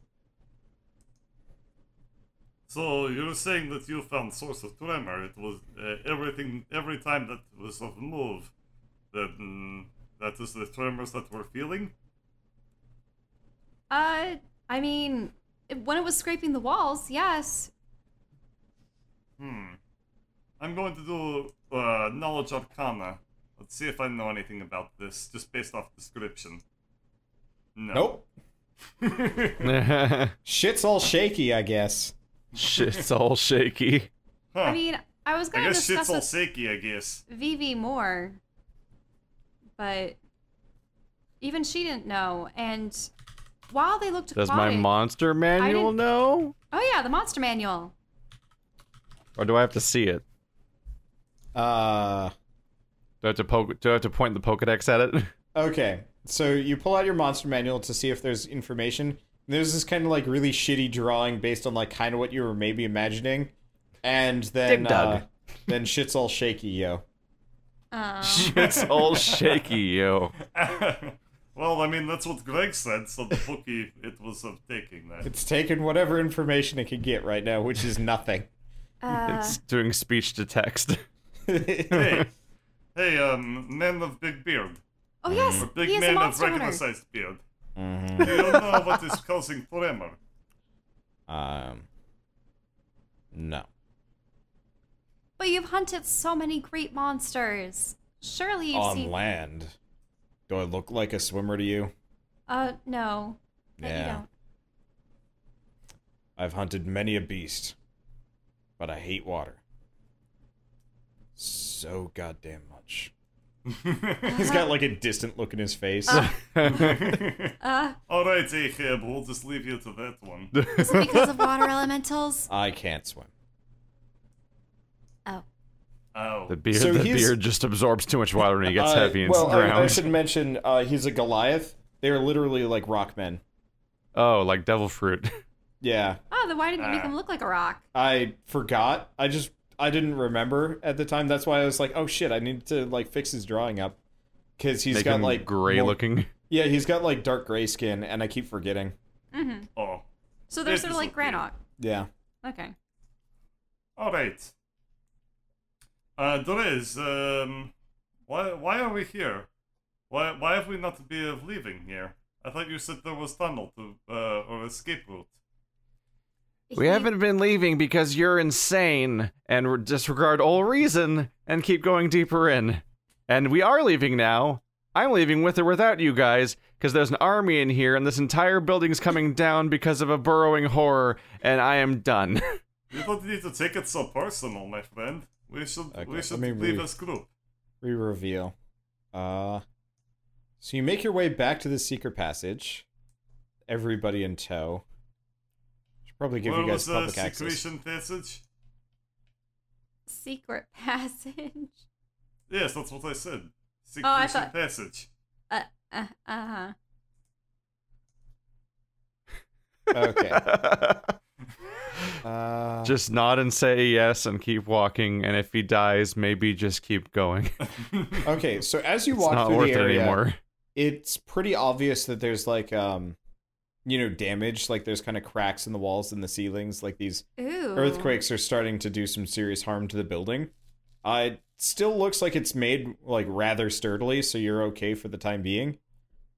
So you're saying that you found source of tremor. It was uh, everything. Every time that was of move, that mm, that is the tremors that we're feeling.
uh i mean it, when it was scraping the walls yes
Hmm. I'm going to do uh, knowledge arcana. Let's see if I know anything about this, just based off description. No.
Nope. Shit's all shaky, I guess.
Shit's all shaky.
Huh.
i mean i was
I
going to
guess shit's
discuss
all
with
shaky. I guess.
vv more but even she didn't know and while they looked
Does my
aquatic,
monster manual
didn't-
know?
oh yeah the monster manual
Or do I have to see it?
Uh,
Do I have to poke do I have to point the Pokedex at it?
okay. So you pull out your monster manual to see if there's information. There's this kind of like really shitty drawing based on like kind of what you were maybe imagining, and then
Dig dug.
uh, then shit's all shaky, yo.
um,
Shit's all shaky, yo.
well, I mean that's what Greg said. So the bookie, it was of taking that.
It's taking whatever information it can get right now, which is nothing.
uh,
It's doing speech to text.
Mm-hmm.
hey, hey, um, man of big beard.
oh yes
A big
he is a
man of
monster hunter
regular sized beard. Do you know what is causing tremor?
Um, no.
but you've hunted so many great monsters surely you've
on
seen
land. Do I look like a swimmer to you?
Uh, no. No, you don't.
I've hunted many a beast, but I hate water. So goddamn much. He's got like a distant look in his face.
Uh,
Alright, Ahab, we'll just leave you to that one.
is it because of water elementals?
I can't swim.
Oh.
Oh.
The beard
So
the
he's-
beard just absorbs too much water and he gets
Uh,
heavy and
well, I, I
drowns.
should mention uh, he's a Goliath. They're literally like rock men.
Oh, like devil fruit.
Yeah,
Oh, then why didn't you make
Ah.
him look like a rock?
I forgot. I just I didn't remember at the time. That's why I was like, oh shit, I need to like fix his drawing up because he's
Make
got
him
like
gray
more-
looking.
Yeah, he's got like dark gray skin, and I keep forgetting.
Mm-hmm.
oh.
So they're
This
sort of
is
like
okay.
Granok.
Yeah.
Okay.
Alright. Uh, Dorez, um, why, why are we here? Why, why have we not be of leaving here? I thought you said there was tunnel to, uh, or escape route.
We
He-
haven't been leaving because you're insane and re- disregard all reason and keep going deeper in. And we are leaving now. I'm leaving with or without you guys because there's an army in here and this entire building's coming down because of a burrowing horror and I am done.
You don't need to take it so personal, my friend. We should
Okay,
we
let
should
me
leave
read.
this group.
Re-reveal. Uh, so you make your way back to the secret passage. Everybody in tow. Should probably give
Where
you guys
was the
public access.
secretion passage?
Secret passage.
Yes, that's what I said. Secretion
Oh, I thought-
passage.
Uh, uh, uh-huh.
Okay. Uh,
just nod and say yes and keep walking. And if he dies, maybe just keep going.
okay. So as you
it's
walk
not
through
worth
the
it
area,
anymore.
it's pretty obvious that there's like um, you know, damage. Like there's kind of cracks in the walls and the ceilings. Like these
Ooh.
earthquakes are starting to do some serious harm to the building. Uh, it still looks like it's made like rather sturdily, so you're okay for the time being.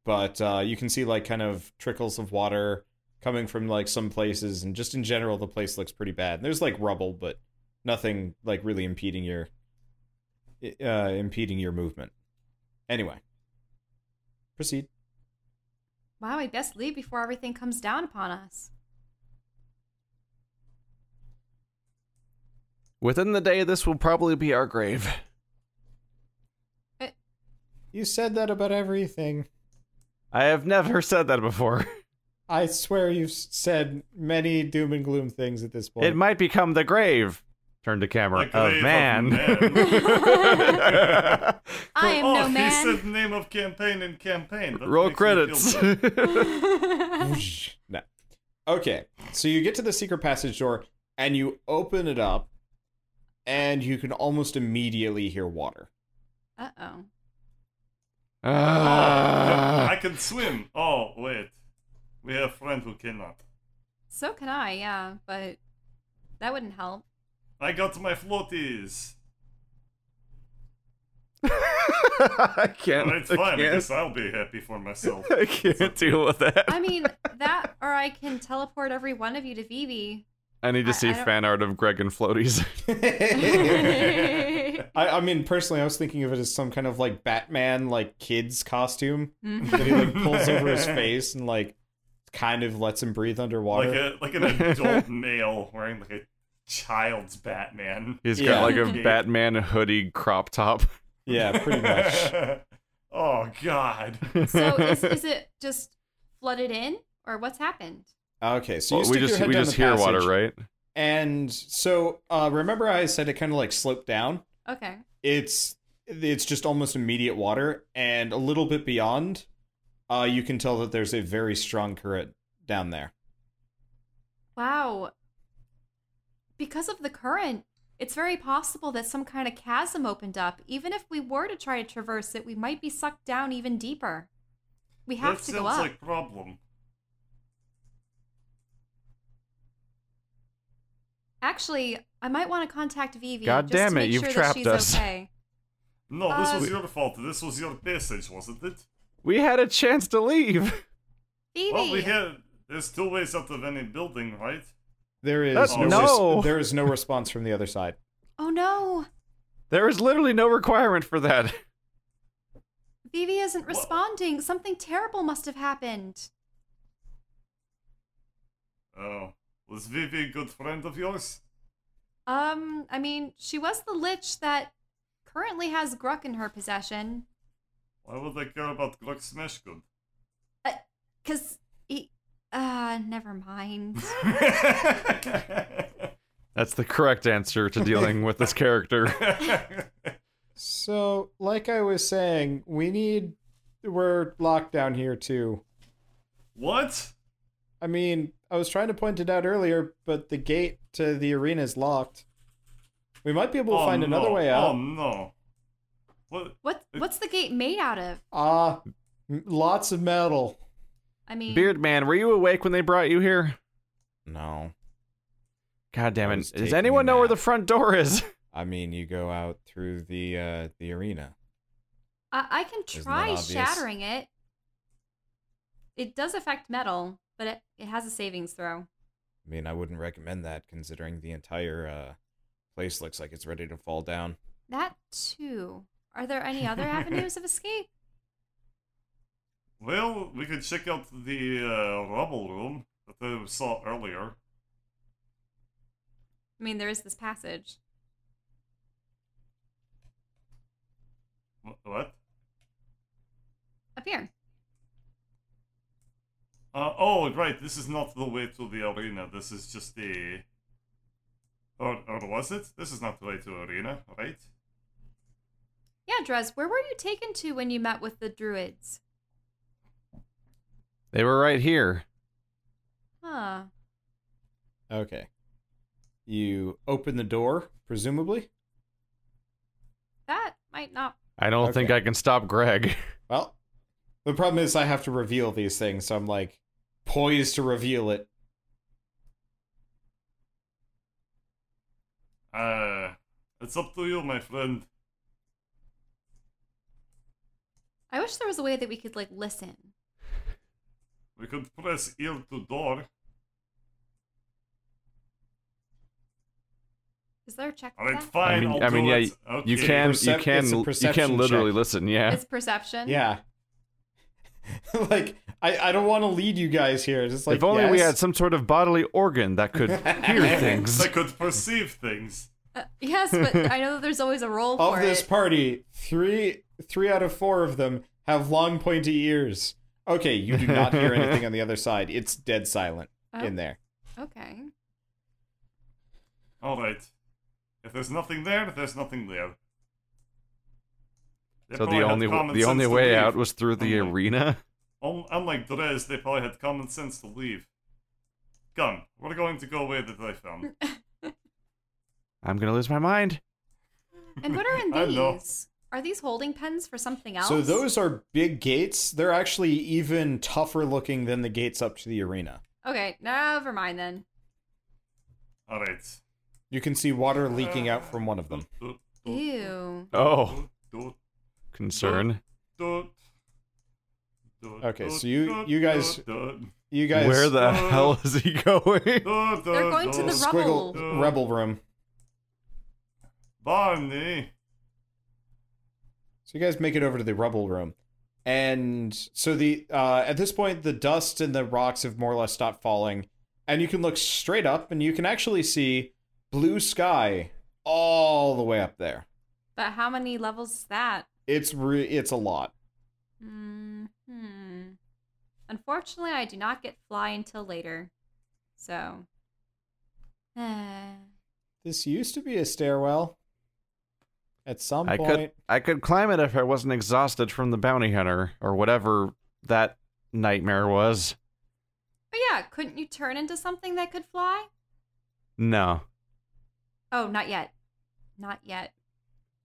But uh, you can see like kind of trickles of water coming from like some places, and just in general, the place looks pretty bad. There's like rubble, but nothing like really impeding your i- uh, impeding your movement. Anyway, proceed.
Wow, we best leave before everything comes down upon us.
Within the day, this will probably be our grave.
You said that about everything.
I have never said that before.
I swear you've s- said many doom and gloom things at this point.
It might become the grave. Turn to camera.
The grave
of
of
man.
man. I am
oh,
no
he
man.
said name of campaign in campaign. That
Roll
makes me feel
credits.
better.
no. Okay, so you get to the secret passage door and you open it up, and you can almost immediately hear water.
uh oh.
I
Ah.
can swim. Oh wait, we have a friend who cannot.
So can I, yeah, but that wouldn't help.
I got my floaties.
I can't.
Well, it's fine.
I
I
can't,
guess I'll be happy for myself.
I can't deal with that.
I mean, that, or I can teleport every one of you to Vivi.
I need to
I-
see
I don't-
fan art of Greg and Floaties.
I, I mean, personally, I was thinking of it as some kind of like Batman, like kids costume
Mm-hmm.
that he like pulls over his face and like kind of lets him breathe underwater.
like a like an adult male wearing like a child's Batman.
He's
Yeah.
got like a Batman hoodie crop top.
yeah, pretty much.
oh God.
so is, is it just flooded in, or what's happened?
Okay, so you
Well, we
stick your
just
head
we
down
just
the
hear water,
passage,
right?
And so uh, remember, I said it kind of like sloped down.
Okay.
it's it's just almost immediate water and a little bit beyond uh you can tell that there's a very strong current down there
Wow. Because of the current, it's very possible that some kind of chasm opened up. Even if we were to try to traverse it, we might be sucked down even deeper. We have
that
to
sounds
go up.
like problem.
Actually, I might want to contact Vivi.
God
just to
damn it,
make
you've
sure
trapped
that she's
us.
Okay.
No, this
Uh,
was your fault. This was your passage, wasn't it?
We had a chance to leave.
Vivi.
Well, we had. There's two ways out of any building, right?
there is
That's-
no, res-
no.
there is no response from the other side
Oh no,
There is literally no requirement for that.
Vivi isn't responding. Something terrible must have happened.
Oh, was Vivi a good friend of yours?
Um, I mean, she was the lich that currently has Gruck in her possession.
Why would I care about Gluck Smashgood?
Cause he, uh, never mind.
That's the correct answer to dealing with this character.
so like i was saying we need we're locked down here too
what?
i mean i was trying to point it out earlier but the gate to the arena is locked we might be able to
oh,
find
no.
another way
Oh
out
no! What?
What what's the gate made out of?
ah m- lots of metal
I mean,
Beard man, were you awake when they brought you here?
no
God damn
I
it.
was
Does
taking
anyone
a
know where
nap.
the front door is?
I mean, you go out through the uh, the arena.
I, I can
Isn't that
try
obvious?
shattering it. It does affect metal, but it, it has a savings throw.
I mean, I wouldn't recommend that considering the entire uh, place looks like it's ready to fall down.
That too. Are there any other avenues of escape?
Well, we could check out the uh, rubble room that they saw earlier.
I mean, there is this passage.
Wh- What?
Up here.
Uh, oh, right. This is not the way to the arena. This is just the. Or, or was it? This is not the way to arena, right?
Yeah, Drez, where were you taken to when you met with the druids?
They were right here.
Huh.
Okay. You open the door, presumably.
That might not.
I don't think
Okay.
I can stop Greg.
Well, the problem is I have to reveal these things, so I'm like poised to reveal it.
Uh, it's up to you, my friend.
I wish there was a way that we could, like, listen.
We could press ear to door.
Is there a check?
All
for
right,
that?
fine.
I mean-
will
I mean,
do
yeah,
it. Okay.
You can,
Percep-
you
it's a
can, you
perception
can literally
check.
listen. Yeah.
It's perception.
Yeah. like I, I don't want to lead you guys here. It's Just like
if only we
yes.
had some sort of bodily organ that could hear things.
I could perceive things.
Uh, yes, but I know that there's always a role
of
for
this
it.
party, three three out of four of them have long pointy ears. Okay, you do not hear anything on the other side. It's dead silent
Oh,
in there.
Okay.
All right. If there's nothing there, there's nothing there. They
so
probably
the
had
only
common
the only
sense to
way
leave.
out was through the
Oh my-
arena.
Un- Unlike Drez, they probably had common sense to leave. Come, we're going to go away that I found.
I'm gonna lose my mind.
And what are in
I know.
these? Are these holding pens for something else?
So those are big gates. They're actually even tougher looking than the gates up to the arena.
Okay, never mind then.
All right.
You can see water leaking out from one of them.
Doot,
oh.
doot,
Ew.
Oh,
doot, doot,
concern.
doot. Doot,
Okay,
doot,
so you-
doot,
you guys-
doot, doot,
You guys
Where the
Uh,
hell is he going?
doot,
They're
doot,
going to the
doot.
squiggle
rubble.
rebel room.
Barney.
So you guys make it over to the rubble room. And so the uh, at this point the dust and the rocks have more or less stopped falling. And you can look straight up and you can actually see blue sky all the way up there.
But how many levels is that?
It's re- it's a lot.
Hmm. Unfortunately, I do not get fly until later. So. Eh.
This used to be a stairwell. At some
I
point.
could I could climb it if I wasn't exhausted from the bounty hunter or whatever that nightmare was.
but yeah, couldn't you turn into something that could fly?
No,
Oh, not yet. Not yet.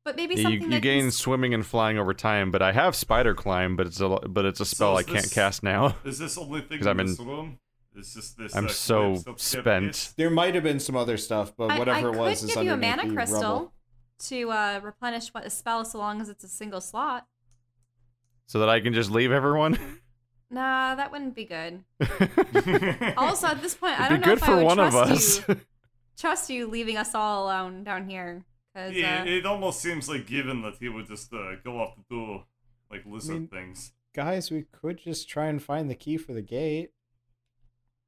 But maybe
you,
something
you
that can
gain
s-
swimming and flying over time, but I have spider climb, but it's a lo- but it's a spell
is
I can't
this-
cast now.
Is this only thing
'Cause
in
I'm
this
in-
room? It's just this.
I'm
uh,
so
collapsed upstairs
spent.
There might have been some other stuff,
I-
but whatever
I,
it was
could
is
give you a
underneath
E
mana
the
crystal
rubble.
to uh, replenish what a spell, so long as it's a single slot.
so that I can just leave everyone.
Nah, that wouldn't be good.
base.
Also, at this point, I
It'd
don't
be
know
good
if
for
I would
one of
trust
us.
you. Trust you leaving us all alone down here, because
yeah,
uh,
it almost seems like given that he would just uh, go off to do like lizard
mean-
things.
Guys, we could just try and find the key for the gate.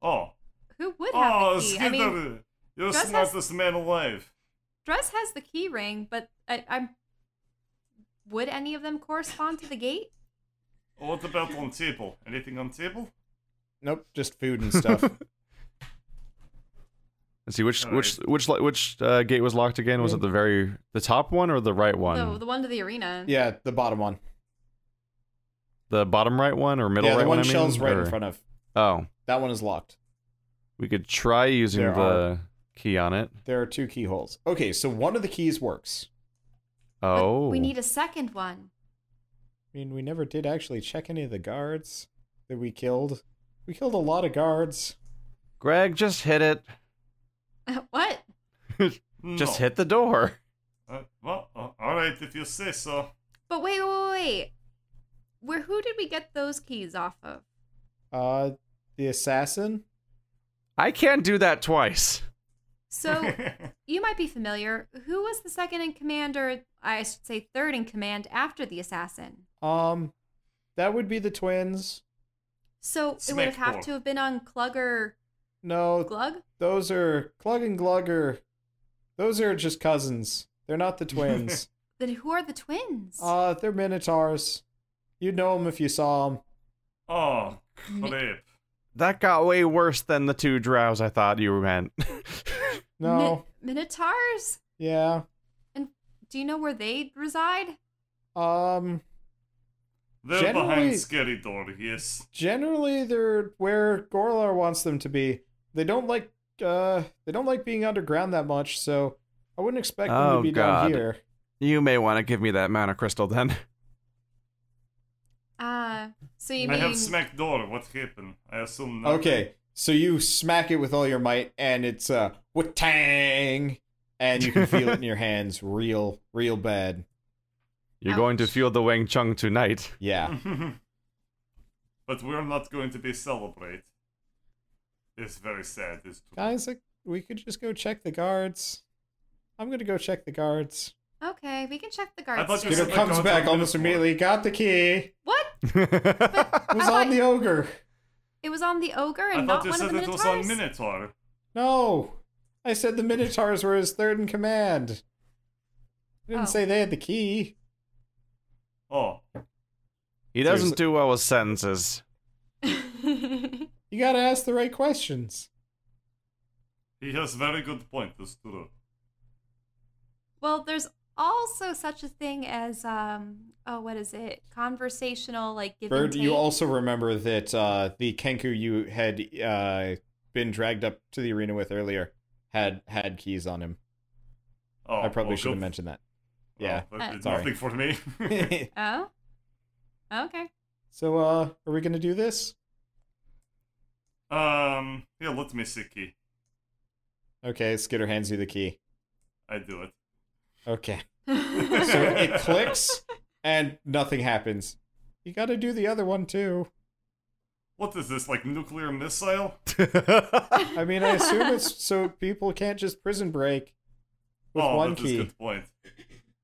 Oh,
who would have
oh,
the key? I mean,
Skidder, you're the
Gus has-
smartest man alive.
Dress has the key ring, but I, I'm. Would any of them correspond to the gate?
What about on table? Anything on table?
Nope, just food and stuff.
Let's see which
All
which which li- which uh, gate was locked again. Was it the very the top one or the right one?
The, the one to the arena.
yeah, the bottom one.
the bottom right one or middle
yeah, the
right
one
I mean?
shell's right
Or-
in front of.
Oh,
That one is locked.
we could try using
There
the
are-
key on it.
There are two keyholes. Okay, so one of the keys works.
But
Oh,
We need a second one.
I mean, we never did actually check any of the guards that we killed. We killed a lot of guards.
Greg. Just hit it.
what?
Just
No.
hit the door.
Uh, well, uh, all right, if you say so.
But wait, wait, wait, wait. Where? Who did we get those keys off of?
Uh, the assassin.
I can't do that twice.
So you might be familiar. Who was the second in command, or I should say third in command, after the assassin?
Um, that would be the twins.
So it would have had
Smackball.
to have been on Clugger
No,
Glug.
those are Glug and Glug are. Those are just cousins. They're not the twins.
Then who are the twins?
uh, they're minotaurs. You'd know them if you saw them.
oh, clip.
That got way worse than the two drows I thought you meant.
No,
Mi- Minotaurs.
yeah.
Do you know where they reside?
Um,
They're
Generally-
behind scary door, yes.
generally they're where Gorlar wants them to be. They don't like uh they don't like being underground that much, so I wouldn't expect them
Oh,
to be
God.
down here.
you may want to give me that mana crystal then.
Uh, so you
I
mean
have smack door. What happened? I assume not.
Okay, so you smack it with all your might, and it's uh tang, and you can feel it in your hands, real, real bad.
You're going to
Ouch.
feel the Wang Chung tonight.
Yeah,
but we're not going to be celebrate. It's very sad. It's too-
guys, like, we could just go check the guards. I'm gonna go check the guards.
okay? We can check the
I
guards.
thought you
Peter
said the
comes
guards
back
were
almost
minotaur.
immediately. Got the key.
What?
It was
I
on
thought-
the ogre.
It was on the ogre
I
and
thought
not
you
one of
said
the
it was on
minotaurs.
Minotaur.
No, I said the Minotaurs were his third in command. I didn't
Oh.
say they had the key.
Oh,
He doesn't
Seriously.
do well with sentences.
You gotta ask the right questions.
he has very good point. That's true.
well, there's also such a thing as um. Oh, what is it? Conversational, like give and
Bird,
take.
you also remember that uh, the Kenku you had uh, been dragged up to the arena with earlier had had keys on him.
Oh,
I probably
well,
should have
good-
mentioned that.
oh,
Yeah.
that did
Sorry.
nothing for me.
Oh. Okay.
so, uh, are we gonna do this?
um, here, let me see key.
Okay, Skitter hands you the key.
I do it.
Okay, so it clicks and nothing happens. You gotta do the other one too.
What is this, like nuclear missile?
I mean, I assume it's so people can't just prison break with
oh,
one
that is
key.
good point.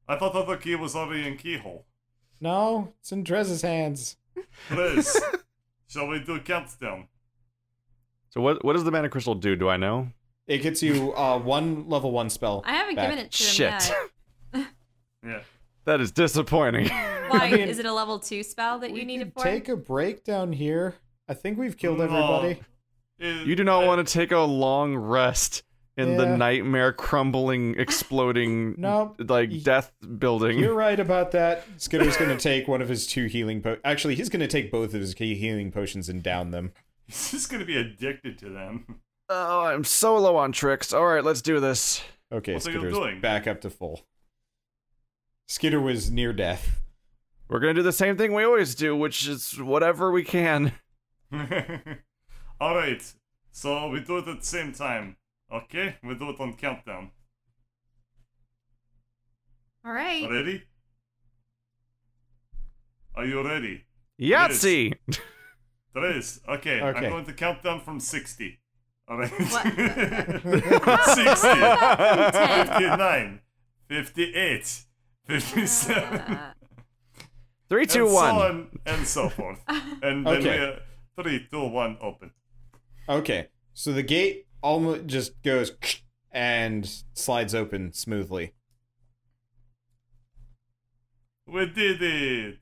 I thought the other key was already in keyhole.
No, it's in Drez's hands.
Liz, shall we do countdown?
so what what does the mana crystal do? Do I know?
It gets you uh, one level one spell.
I haven't
back.
given it to him
Shit.
yet.
Yeah.
That is disappointing.
Why
I mean,
is it a level two spell that
We
you need
can
it for?
Take a break down here. I think we've killed
No.
everybody.
It-
you do not
I-
want to take a long rest in the
Yeah.
nightmare crumbling, exploding,
No. Y-
like death building.
You're right about that. Skitter's going to take one of his two healing po Actually, he's going to take both of his key healing potions and down them.
He's just gonna be addicted to them.
Oh, I'm so low on tricks. All right, let's do this.
Okay,
What are you doing?
Skitter's back up to full. Skitter was near death.
We're gonna do the same thing we always do, which is whatever we can.
All right, so we do it at the same time. Okay, we do it on countdown.
All right.
Ready? Are you ready?
Yahtzee!
Tres. Okay,
Okay.
I'm going to count down from sixty. All right.
What?
Sixty.
Ten.
Fifty-nine. Fifty-eight. Fifty-seven.
Uh,
Three, two,
and so
one.
on and so forth. And then
Okay.
we uh, three, two, one, open.
Okay, so the gate almost just goes and slides open smoothly.
We did it.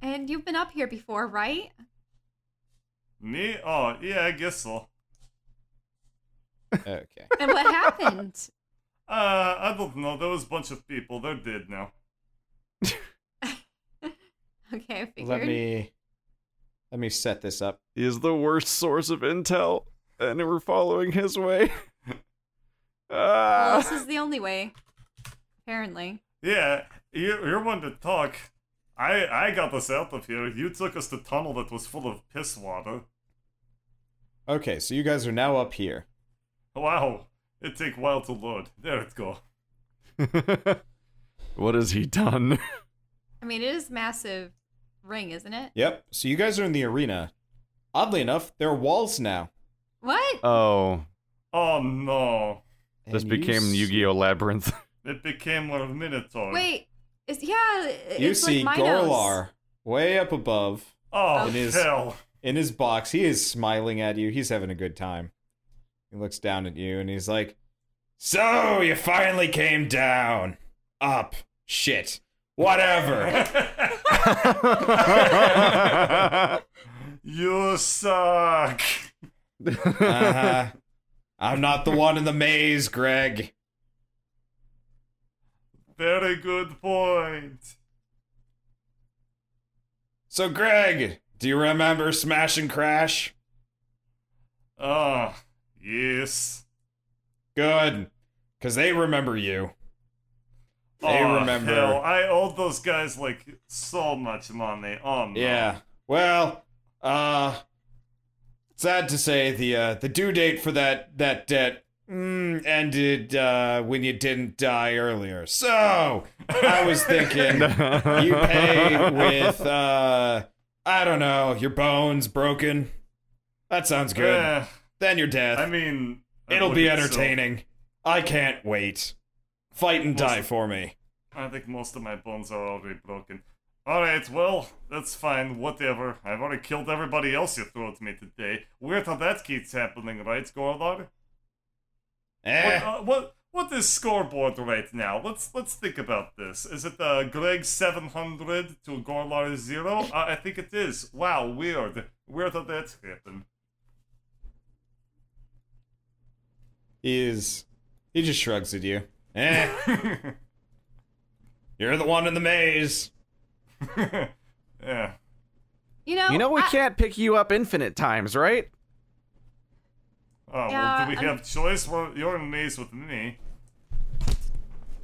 and you've been up here before, right?
Me? Oh, yeah, I guess so.
Okay.
And what happened?
Uh, I don't know. There was a bunch of people. They're dead now.
Okay, I figured.
let me let me set this up.
He is the worst source of intel, and we're following his way.
Well,
uh,
Ah.
this is the only way, apparently.
Yeah, you, you're one to talk. I I got us out of here. You took us to tunnel that was full of piss water.
Okay, so you guys are now up here.
Wow, it take a while to load. There it go.
what has he done?
I mean, it is massive ring, isn't it?
Yep. So you guys are in the arena. Oddly enough, there are walls now.
What?
Oh,
Oh no.
this
And you
became
s-
Yu-Gi-Oh Labyrinth.
It became a minotaur.
Wait. It's, yeah, it's
You see
like Minos.
Gorlar way up above
Oh
It is-
hell.
in his box. He is smiling at you. He's having a good time. He looks down at you and he's like, "So you finally came down. Up. Shit. Whatever.
you suck.
uh-huh. I'm not the one in the maze, Greg.
Very good point.
So, Greg, do you remember Smash and Crash?
Ah, yes.
Good, because they remember you. They
Aw,
remember.
Oh, hell, I owed those guys like so much money. Oh no.
Yeah. Well, uh, sad to say the uh, the due date for that that debt mm, ended uh, when you didn't die earlier. So I was thinking you pay with uh, I don't know your bones broken. That sounds good.
Eh,
Then your death.
I mean, I
It'll
look
be
at- so
entertaining. I can't wait. Fight and die for me.
I think most of my bones are already broken. All right, well, that's fine. Whatever. I've already killed everybody else you threw at me today. Weird how that keeps happening, right, Gorlar? What,
Eh,
uh, what what is scoreboard right now? Let's let's think about this. Is it uh, Greg seven hundred to Gorlar zero? Uh, I think it is. Wow, weird. Weird how that happened.
he is. He just shrugs at you. Eh. You're the one in the maze.
yeah.
You know,
you know we
I-
can't pick you up infinite times, right?
Oh, well,
Yeah,
do we
I'm-
have choice? Well, you're in maze with me.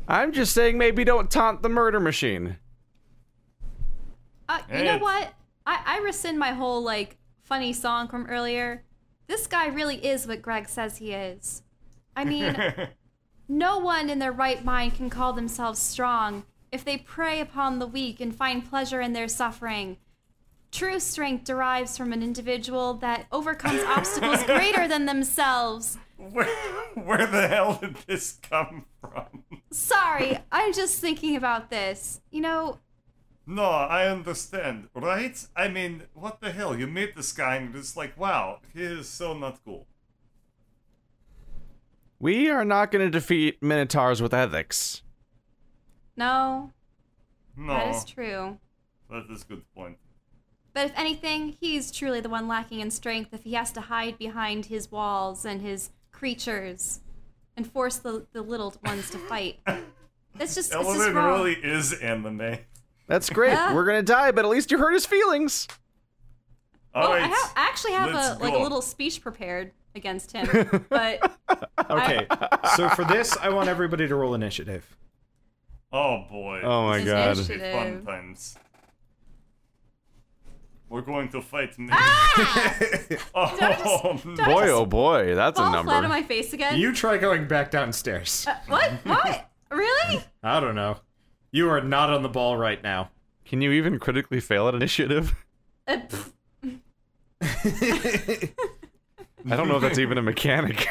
I'm just saying maybe don't taunt the murder machine.
Uh, you
Hey,
know
it's-
what? I, I rescind my whole like funny song from earlier. This guy really is what Greg says he is. I mean, no one in their right mind can call themselves strong if they prey upon the weak and find pleasure in their suffering. True strength derives from an individual that overcomes obstacles greater than themselves.
where, where the hell did this come from?
Sorry, I'm just thinking about this. You know,
No, I understand, right? I mean, what the hell? You meet this guy and it's like, wow, he is so not cool.
We are not going to defeat minotaurs with ethics.
no,
No,
that is true.
that is good point.
But if anything, he's truly the one lacking in strength if he has to hide behind his walls and his creatures and force the, the little ones to fight. That's just, it's just
Ellen
wrong.
really is anime.
That's great.
Yeah.
We're going to die, but at least you hurt his feelings.
Well,
All right.
I, ha- I actually have
let's
a like a
go.
little speech prepared against him, but
Okay, so for this, I want everybody to roll initiative.
Oh boy.
Oh my
This is
god.
interesting.
Be fun
Initiative.
times. We're going to fight me.
ah!
oh
I just-
no.
do I
Boy,
just
oh boy, that's a
fall
number.
flat on my face again.
You try going back downstairs.
Uh, what? What? Really?
I don't know. You are not on the ball right now.
Can you even critically fail at initiative?
Uh, pff,
I don't know if that's even a mechanic.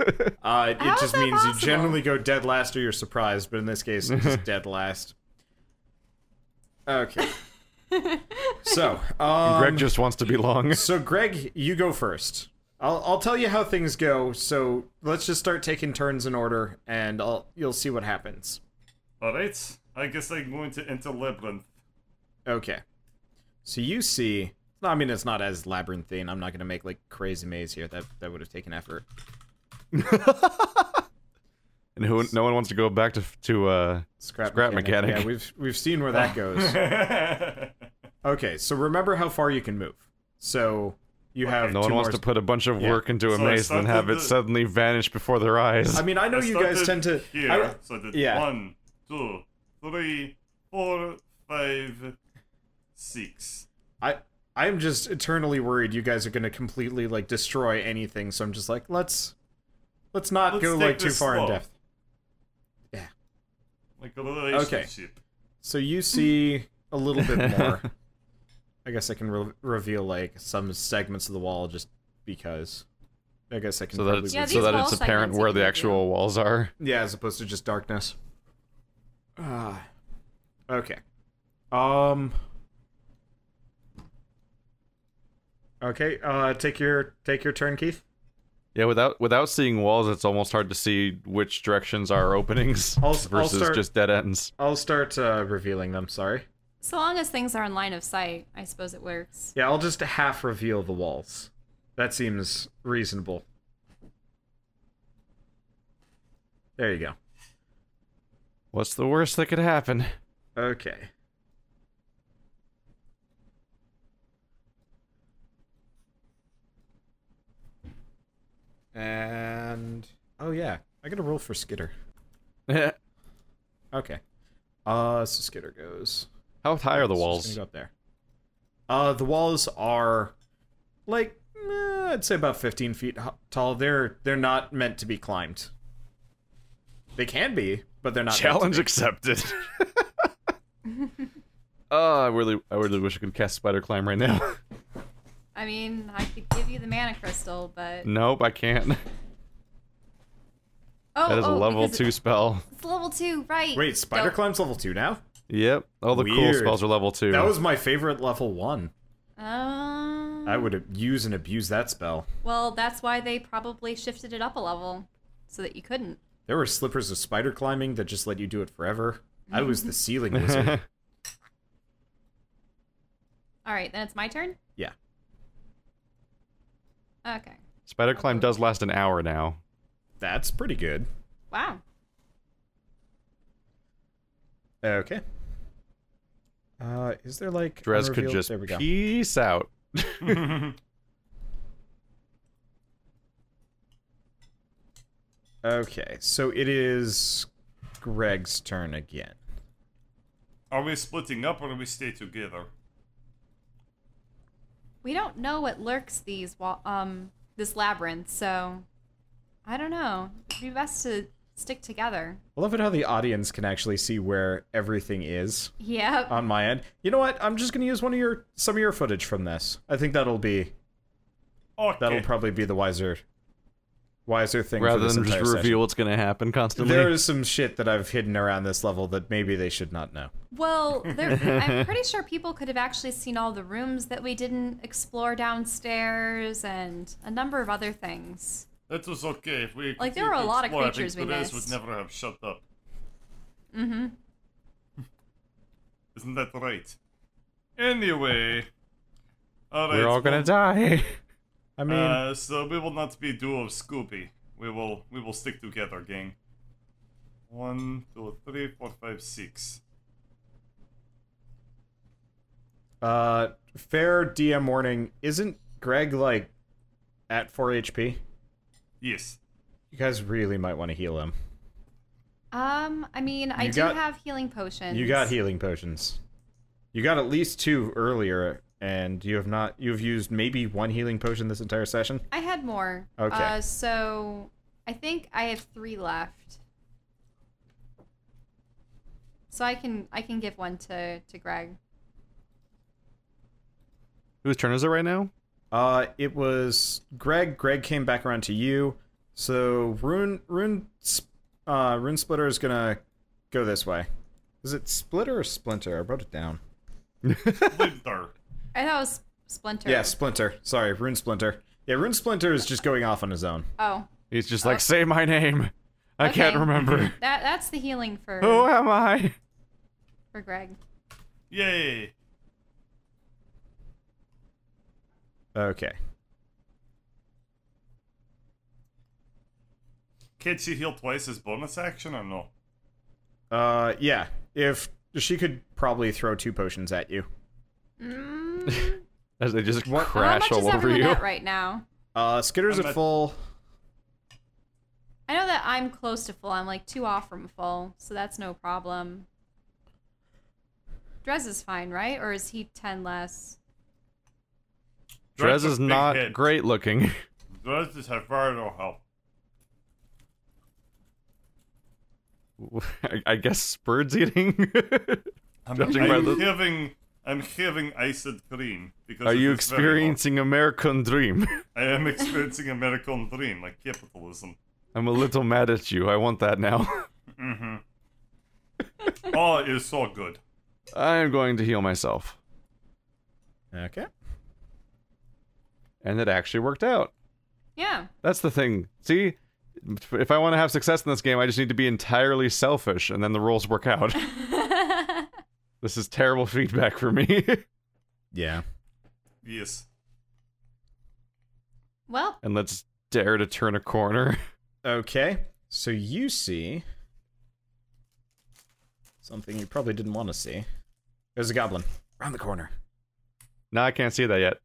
Uh, it
How is
just
that
means
possible?
you generally go dead last or you're surprised, but in this case, it's just dead last. Okay. so, um,
Greg just wants to be long.
Um,
so Greg, you go first. I'll I'll tell you how things go. So let's just start taking turns in order, and I'll you'll see what happens.
All right. I guess I'm going to enter labyrinth.
Okay. So you see, I mean, it's not as labyrinthine. I'm not gonna make like crazy maze here. That that would have taken effort.
And who? No one wants to go back to to. uh
Scrap,
Scrap mechanic.
Yeah, we've we've seen where that goes. Okay, so remember how far you can move. So you have
No
two
one wants
more-
to put a bunch of
Yeah.
work into a
So I
maze and
started
then have it
the-
suddenly vanish before their eyes.
I mean, I know you guys
started
tend to.
Here,
I-
so I did
yeah.
one, two, three, four, five, six.
I I'm just eternally worried you guys are going to completely like destroy anything. So I'm just like, let's let's not
Let's
go
take
like too
this
far in
slow.
depth. Yeah.
Like a relationship.
So you see a little bit more. I guess I can re- reveal like some segments of the wall just because.
I guess I can.
so that
probably
it's
Yeah,
read-
these
so that
wall
it's apparent
segments
where
you
the
can
actual walls are.
yeah, as opposed to just darkness. Ah, okay. Um. Okay. Uh, take your take your turn, Keith.
Yeah, without without seeing walls, it's almost hard to see which directions are openings
I'll- I'll
versus
start-
just dead ends.
I'll start uh, revealing them. Sorry.
So long as things are in line of sight, I suppose it works.
Yeah, I'll just half reveal the walls. That seems reasonable. There you go.
What's the worst that could happen?
Okay. And oh yeah, I got to roll for Skitter. Eh.
How
Okay. Uh, so Skitter goes.
high are
So
the
it's
walls?
gonna go up there. Uh, the walls are like eh, I'd say about 15 feet h- tall. They're they're not meant to be climbed. They can be, but they're not. meant to
Challenge
be.
accepted. oh, I really, I really wish I could cast spider climb right now.
I mean, I could give you the mana crystal, but
nope, I can't.
oh,
That is
oh,
a level
because
two spell.
It's level two, right?
Wait, spider
Don't-
climbs level two now.
Yep, all the cool
Weird.
spells are level two.
That was my favorite level one.
Um,
I would use and abuse that spell.
Well, that's why they probably shifted it up a level, so that you couldn't.
There were slippers of spider climbing that just let you do it forever. I was the ceiling wizard.
All right, then it's my turn.
Yeah.
Okay.
spider climb does last an hour now.
That's pretty good.
Wow.
Okay. Uh, is there like
Drez could
unrevealed-
just
there we go.
peace out.
Okay, so it is Greg's turn again.
Are we splitting up or do we stay together?
We don't know what lurks these wa- um this labyrinth, so I don't know. It'd be best to stick together.
I love it how the audience can actually see where everything is
Yep.
on my end. You know what? I'm just gonna use one of your some of your footage from this. I think that'll be
Okay.
that'll probably be the wiser wiser thing. for
Rather
this
than just
entire
reveal
session.
what's going to happen constantly.
There is some shit that I've hidden around this level that maybe they should not know.
well, there, I'm pretty sure people could have actually seen all the rooms that we didn't explore downstairs and a number of other things.
That was okay. If we
Like, there were a
continued to
lot of
explore, I
creatures
think
we
Therese
missed.
would never have shut up.
Mm-hmm.
Isn't that right? Anyway, all right,
We're all going
well,
to die.
I mean,
uh, so we will not be duo of Scooby. We will we will stick together, gang. One, two, three, four, five, six.
uh, fair DM warning. Isn't Greg like at four HP?
Yes.
You guys really might want to heal him.
Um, I mean, I
You
do
got-
have healing potions.
You got healing potions. You got at least two earlier, and you have not. You've used maybe one healing potion this entire session.
I had more.
Okay.
Uh, so I think I have three left. So I can I can give one to to Greg.
Whose turn is it right now?
Uh, it was Greg. Greg came back around to you. So rune rune sp- uh rune splitter is gonna go this way. Is it splitter or splinter? I wrote it down.
Splinter.
I thought it was Splinter.
Yeah, splinter. Sorry, rune splinter. Yeah, rune splinter is just going off on his own.
Oh,
He's just like, say my name. I can't
Okay.
remember.
that that's the healing for
Who am I?
for Greg.
Yay!
Okay.
Can she heal twice as bonus action or no?
Uh, yeah. If she could probably throw two potions at you.
Mm,
As they just
how
crash
much is
all over
everyone
you.
at right now?
Uh, Skitter's
I'm
at
at-
full.
I know that I'm close to full. I'm like two off from full, so that's no problem. Drez is fine, right? Or is he ten less?
Dress
Drez is
big
not
head.
great looking.
Dress is have very no help.
I, I guess birds eating.
I'm,
Judging by
I'm
the-
giving I'm having iced cream because.
Are
it
you
is very hot.
experiencing American dream?
I am experiencing American dream, like capitalism.
I'm a little mad at you. I want that now.
Mm-hmm. oh, it is so good.
I am going to heal myself.
Okay.
And it actually worked out.
Yeah.
That's the thing. See, if I want to have success in this game, I just need to be entirely selfish, and then the rules work out. this is terrible feedback for me.
Yeah.
Yes.
well,
and let's dare to turn a corner.
Okay. So you see something you probably didn't want to see. There's a goblin around the corner.
No, I can't see that yet.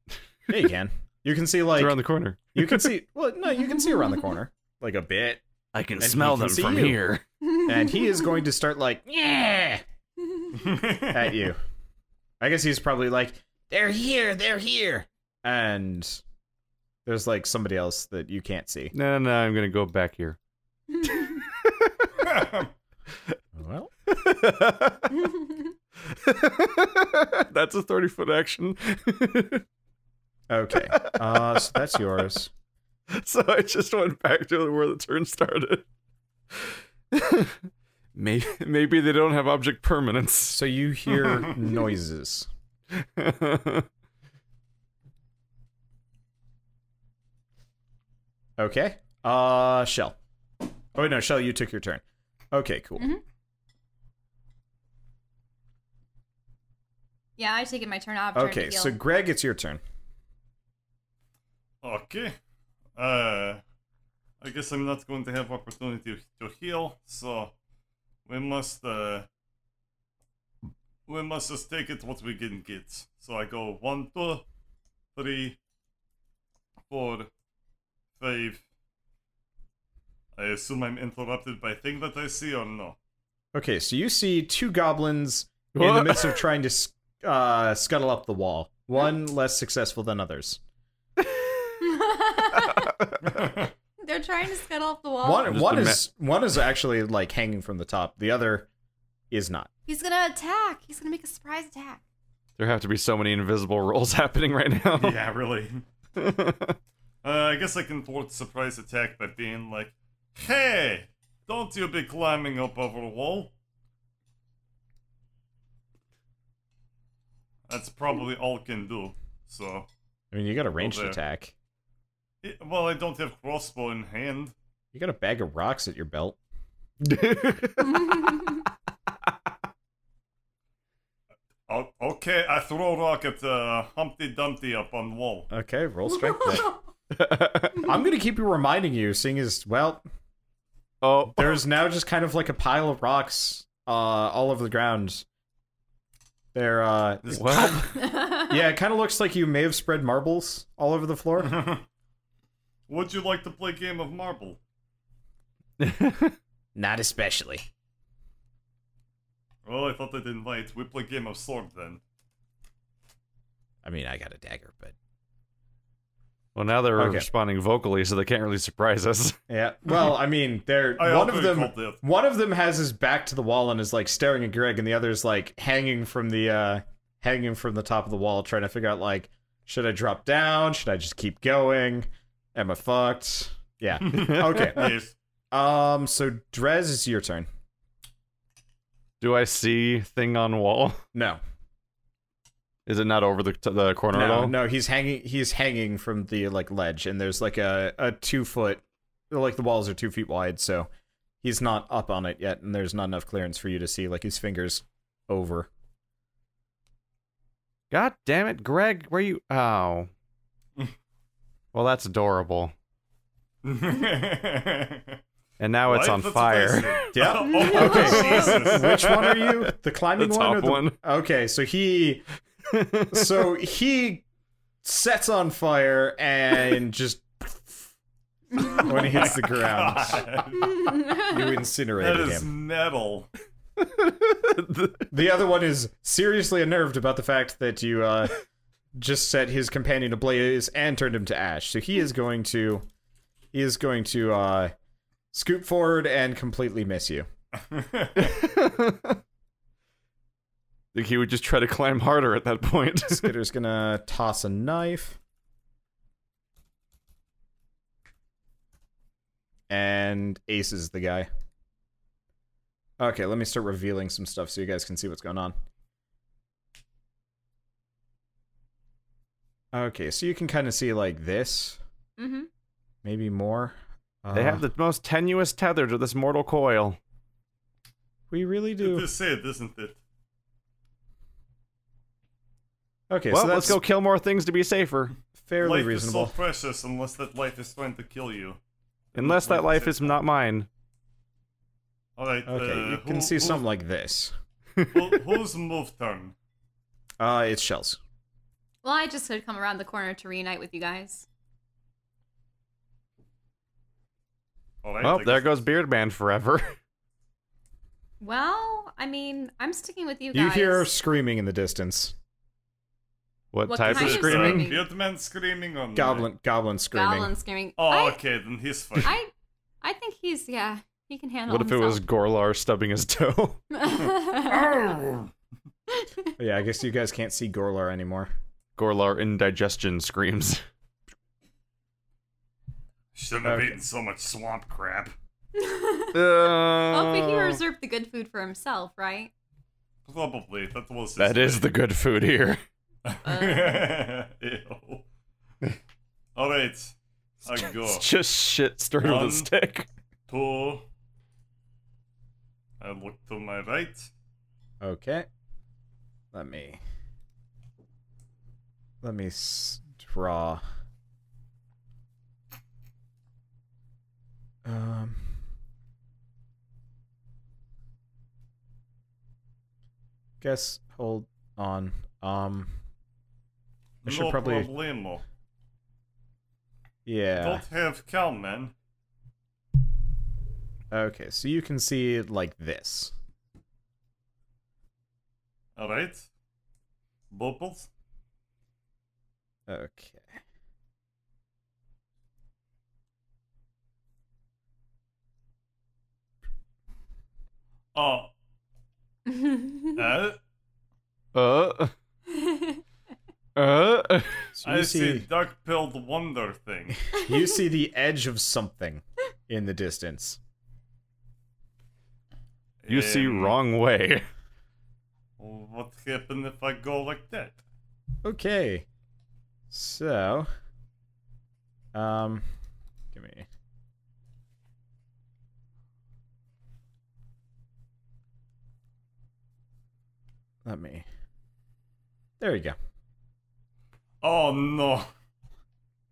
Yeah, you can. You can see
It's
like
around the corner.
you can see. Well, no, you can see around the corner like a bit,
I can
And smell he can them see from you.
here.
and he is going to start like yeah at you. I guess he's probably like they're here, they're here, and there's like somebody else that you can't see.
No, no, no, I'm gonna go back here.
Well,
That's a 30 foot action.
okay. Uh, so that's yours.
so I just went back to where the turn started. maybe, maybe they don't have object permanence.
So you hear noises. Okay. Uh, Shell. Oh wait, no, Shell, you took your turn. Okay, cool.
Mm-hmm. yeah, I take it my turn off. turn to
Okay,
heal.
so Greg, it's your turn.
Okay. Uh, I guess I'm not going to have opportunity to, to heal, so we must uh, we must just take it what we can get. So I go one, two, three, four, five. I assume I'm interrupted by thing that I see or no.
Okay, so you see two goblins in the
What?
midst of trying to s- uh, scuttle up the wall. One
Mm-hmm.
less successful than others.
They're trying to scuttle off the wall.
One,
Just
one
a ma-
is one is actually like hanging from the top. The other is not.
He's gonna attack. He's gonna make a surprise attack.
there have to be so many invisible rolls happening right now.
yeah, really. Uh, I guess I can thwart surprise attack by being like, "Hey, don't you be climbing up over the wall." That's probably all I can do. So,
I mean, you got a ranged
there.
attack.
Eh, well, I don't have crossbow in hand.
You got a bag of rocks at your belt.
O- okay, I throw rock at uh, Humpty Dumpty up on wall.
Okay, roll strength. check. I'm gonna keep reminding you, seeing as well,
oh,
There's now just kind of like a pile of rocks uh, all over the ground. They're uh,
well,
yeah, it kind of looks like you may have spread marbles all over the
Mm-hmm.
floor.
Would you like to play game of marble?
Not especially.
Well, I thought I'd invite. We play game of sword then.
I mean, I got a dagger, but
well, now they're
Okay.
responding vocally, so they can't really surprise us.
Yeah. Well, I mean, they're
I
one
also
of them.
called it.
One of them has his back to the wall and is like staring at Greg, and the other is like hanging from the uh, hanging from the top of the wall, trying to figure out like, should I drop down? Should I just keep going? Am I fucked? Yeah. Okay.
Yes.
Um. So Drez, it's your turn.
Do I see thing on wall?
No.
Is it not over the, to the corner at
No,
all?
no, he's hanging. He's hanging from the like ledge, and there's like a a two foot, like the walls are two feet wide, so he's not up on it yet, and there's not enough clearance for you to see like his fingers over.
God damn it, Greg, where you? Oh, well, that's adorable. And now it's
Why?
on
That's
fire.
amazing.
Yeah.
Oh,
Okay.
Jesus.
Which one are you? The climbing
The
one or
top
the
one.
Okay, so he, so he sets on fire and just when he hits the
Oh
ground, you incinerated
That is
him.
metal.
The other one is seriously unnerved about the fact that you uh, just set his companion ablaze and turned him to ash. So he is going to he is going to uh, scoop forward and completely miss you.
Like he would just try to climb harder at that point.
Skitter's gonna toss a knife. And Ace is the guy. Okay, let me start revealing some stuff so you guys can see what's going on. Okay, so you can kind of see like this,
Mm-hmm.
maybe more.
they
Uh,
have the most tenuous tether to this mortal coil.
we really do.
This is it, isn't it?
Okay,
well,
so
let's
that's
go kill more things to be safer.
fairly
life is
reasonable.
so precious unless that life is trying to kill you.
Unless that
Life
life
is
is not mine.
Alright,
Okay,
uh,
you can
who-
see
who's-
something like this.
who, who's move turn?
Uh, it's shells.
Well, I just had come around the corner to reunite with you guys.
Alright,
Well,
I
there
guess-
goes Beard Man forever.
Well, I mean, I'm sticking with you guys.
You hear screaming in the distance.
what,
What
type
kind
of
Is
of
it, uh,
screaming?
screaming?
Beardman screaming on
Goblin, goblin screaming.
Goblin screaming.
Oh,
I,
okay, then he's fine.
I, I think he's yeah. He can handle.
What if it was Gorlar stubbing his toe?
Oh.
was?
Yeah, I guess you guys can't see Gorlar anymore.
Gorlar indigestion screams.
Shouldn't have
Okay.
eaten so much swamp crap. Uh,
oh, but he reserved the good food for himself, right?
Probably. That was his
that is the good food here.
Ew. Alright. I go.
It's just shit stirred with
One.
a stick.
Two. I look to my right.
Okay. Let me. Let me s- draw. Um. Guess hold on. Um. I should
no
probably-
problemo.
Yeah.
Don't have calm, man.
Okay, so you can see it like this.
Alright. Bubbles.
Okay.
Oh. Uh,
Uh, uh.
So you
I see
see
dark pilled wonder thing.
you see the edge of something in the distance.
You see
Um,
wrong way.
What happened if I go like that?
Okay. So, um, give me. Let me. There you go.
Oh no.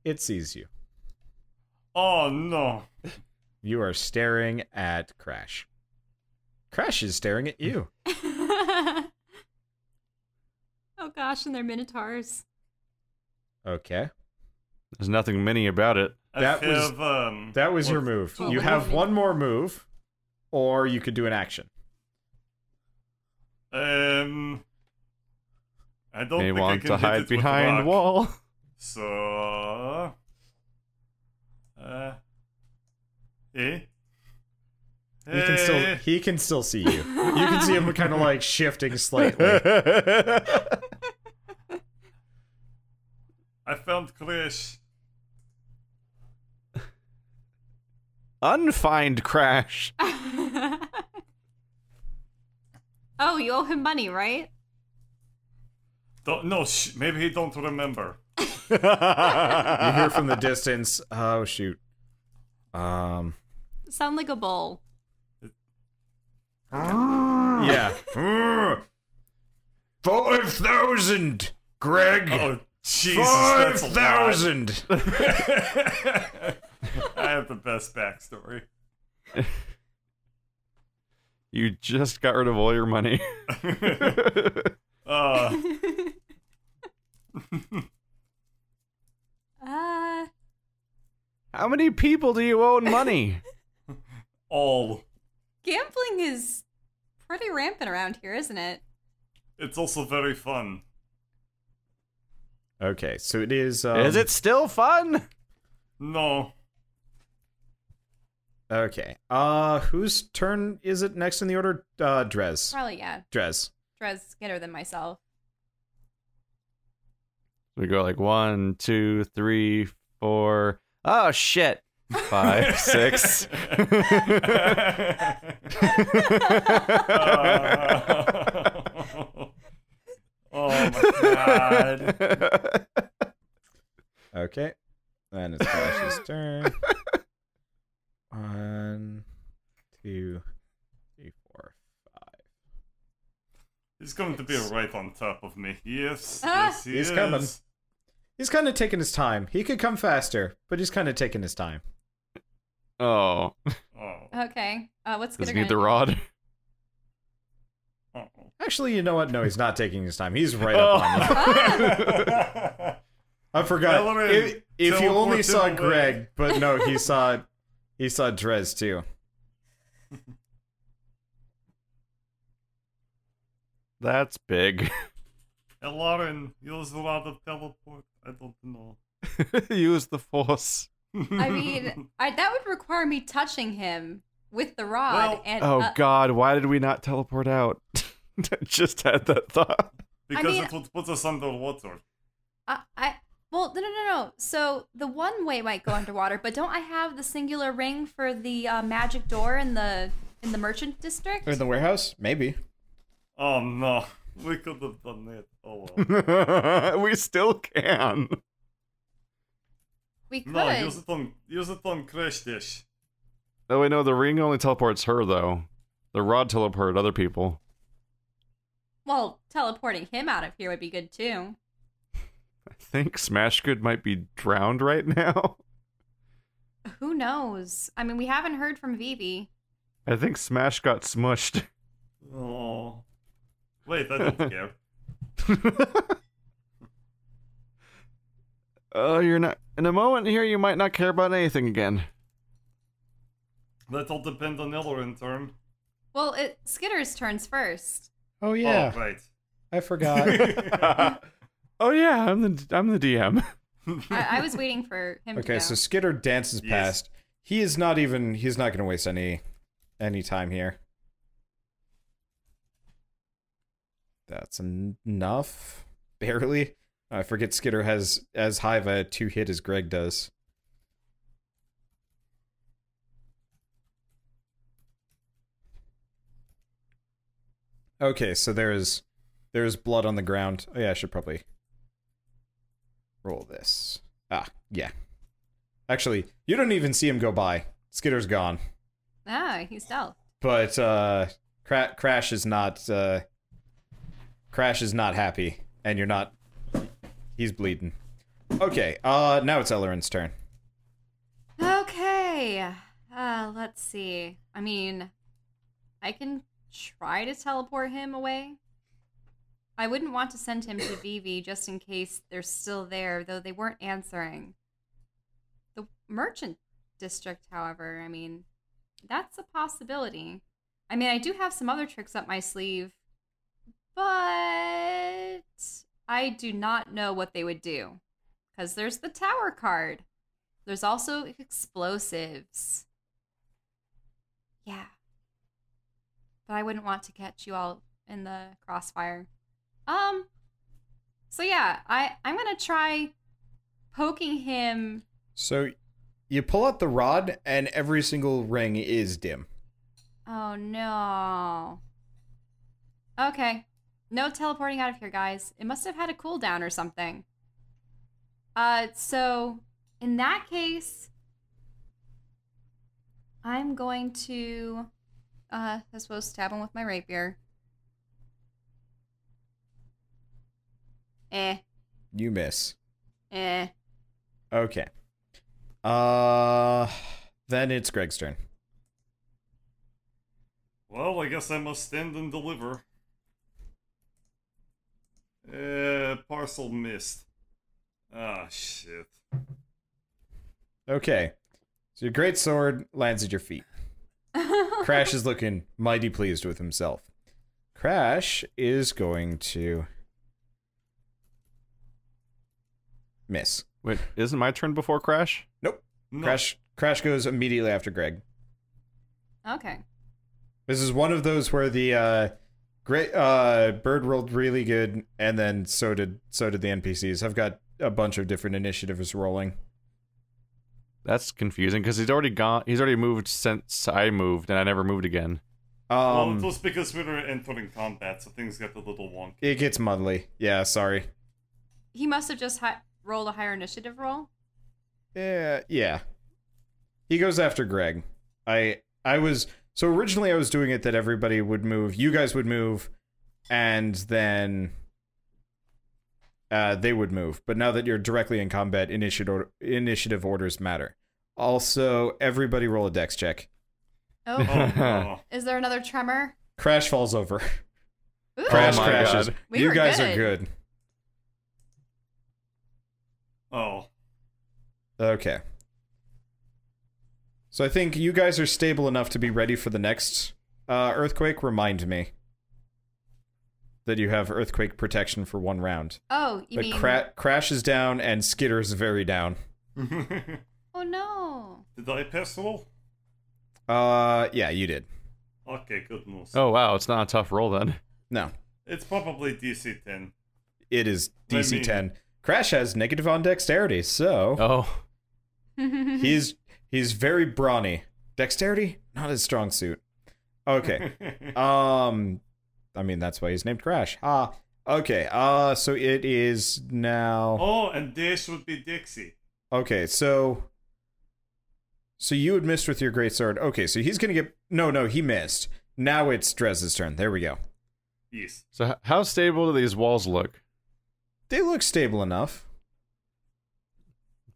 It sees you.
Oh no.
You are staring at Crash. Crash is staring at you.
oh gosh, and they're minotaurs.
Okay.
There's nothing mini about it.
I
That was-
have, um,
That was your
what-
move.
Oh,
You
what
have
happened?
one more move, or you could do an action.
Um, I don't
They
think I
want
can
to
hit it
hide
with rock,
behind wall.
So, uh, eh?
He can still
Eh,
he can still see you. You can see him kind of like shifting slightly.
I found Crash.
Unfind crash.
oh, you owe him money, right?
Don't, no, sh- maybe he don't remember.
you hear from the distance, oh shoot. Um
Sound like a bowl.
yeah. 5000 Greg.
Oh, Jesus, that's a lot.
5000.
I have the best backstory.
You just got rid of all your money.
Uh,
Uh,
How many people do you owe in money?
all.
gambling is pretty rampant around here, isn't it?
It's also very fun.
Okay, so it is um,
Is it still fun?
No,
Okay. Uh whose turn is it next in the order? Uh Drez.
Probably, yeah.
Drez.
Trez skinner than myself.
We go like one, two, three, four. Oh shit! Five, six.
oh my god.
Okay. Then it's Flash's turn. One, two, three, four, five.
He's going to be right on top of me. Yes.
Ah.
yes he
He's
is.
coming. He's kind of taking his time. He could come faster, but he's kind of taking his time.
oh,
Oh.
Okay. Uh, what's
does
Skinner
he need the
gonna do?
rod?
oh.
Actually, you know what? No, he's not taking his time. He's right up on you.
Ah,
I forgot.
Element,
If, if you only
teleport
saw
him away.
Greg, but no, he saw he saw Drez too.
That's big.
Hey, Lauren, use a lot of teleport. I don't know.
Use the force.
I mean, I, that would require me touching him with the rod.
Well-
and
Oh
uh,
God! Why did we not teleport out? Just had that thought.
because
mean-
it would put us underwater.
I, I well, no, no, no, no. So the one way might go underwater, but don't I have the singular ring for the uh, magic door in the in the merchant district?
Or the warehouse? Maybe.
Oh no, we could have done it. Oh well.
we still can.
we could.
No, use it on use it on Crash Dish.
Oh wait, no. The ring only teleports her though. The rod teleported other people.
Well, teleporting him out of here would be good too.
I think Smashgood might be drowned right now.
Who knows? I mean, we haven't heard from Vivi.
I think Smash got smushed.
Oh. Wait, I don't care.
Oh, you're not. In a moment here, you might not care about anything again.
That'll depend on Elrond turn.
Well, it Skitter's turns first.
Oh
Oh, right.
I forgot.
Oh yeah, I'm the I'm the DM.
I, I was waiting for him to
okay,
go.
so Skitter dances
Yes.
past. He is not even he's not gonna waste any any time here.
That's en- enough. Barely. I forget Skitter has as high of a two hit as Greg does. Okay, so there is there is blood on the ground. Oh yeah, I should probably roll this. Ah, yeah. Actually, you don't even see him go by. Skitter's gone.
ah, he's stealth.
But uh Cra- Crash is not uh Crash is not happy and you're not he's bleeding. Okay, uh now it's Elrond's turn.
Okay. Uh, let's see. I mean, I can try to teleport him away. I wouldn't want to send him to Vivi just in case they're still there, though they weren't answering. The merchant district, however, I mean, that's a possibility. I mean, I do have some other tricks up my sleeve, but I do not know what they would do. Because there's the tower card. There's also explosives. Yeah. But I wouldn't want to catch you all in the crossfire. Um So yeah, I I'm going to try poking him.
So you pull out the rod and every single ring is dim.
Oh no. Okay. No teleporting out of here, guys. It must have had a cooldown or something. Uh so in that case I'm going to uh I suppose stab him with my rapier. Eh,
You miss.
eh.
Okay. Uh then it's Greg's turn.
Well, I guess I must stand and deliver. Uh, parcel missed. Ah, shit.
Okay. So your great sword lands at your feet. Crash is looking mighty pleased with himself. Crash is going to miss.
Wait, isn't my turn before Crash?
No.
Crash Crash goes immediately after Greg.
Okay.
This is one of those where the uh, Great. Uh, Bird rolled really good, and then so did so did the NPCs. I've got a bunch of different initiatives rolling.
That's confusing because he's already gone. He's already moved since I moved, and I never moved again.
Um,
well, just because we were entering combat, so things got a little wonky.
it gets muddly. Yeah, sorry.
He must have just hi- rolled a higher initiative roll.
Yeah, Eh, yeah. He goes after Greg. I I was so originally I was doing it that everybody would move, you guys would move, and then uh, they would move. But now that you're directly in combat, initiative initiative orders matter. Also, everybody roll a dex check.
Oh,
Oh, no.
is there another tremor?
Crash falls over.
Ooh,
Crash
Oh my
crashes.
God.
We
Oh you
were
guys are
good.
good.
oh.
Okay. So I think you guys are stable enough to be ready for the next uh, earthquake. Remind me that you have earthquake protection for one round.
Oh, you
but
mean?
cra- Crash is down and Skitter is very down.
Did
oh no!
I pass all?
Uh, yeah, you did.
Okay, goodness.
Oh wow, it's not a tough roll then.
No,
It's probably DC 10.
it is
Let
DC
me-
10. Crash has negative on dexterity, so
Oh,
Oh.
he's he's very brawny. Dexterity, not his strong suit. Okay. Um, I mean that's why he's named Crash. Ah, okay. Uh, so it is now.
oh, and this would be Dixie.
Okay, so. So you had missed with your great sword. Okay, so he's gonna get. No, no, he missed. Now it's Drez's turn. There we go.
Yes.
so h- how stable do these walls look?
They look stable enough.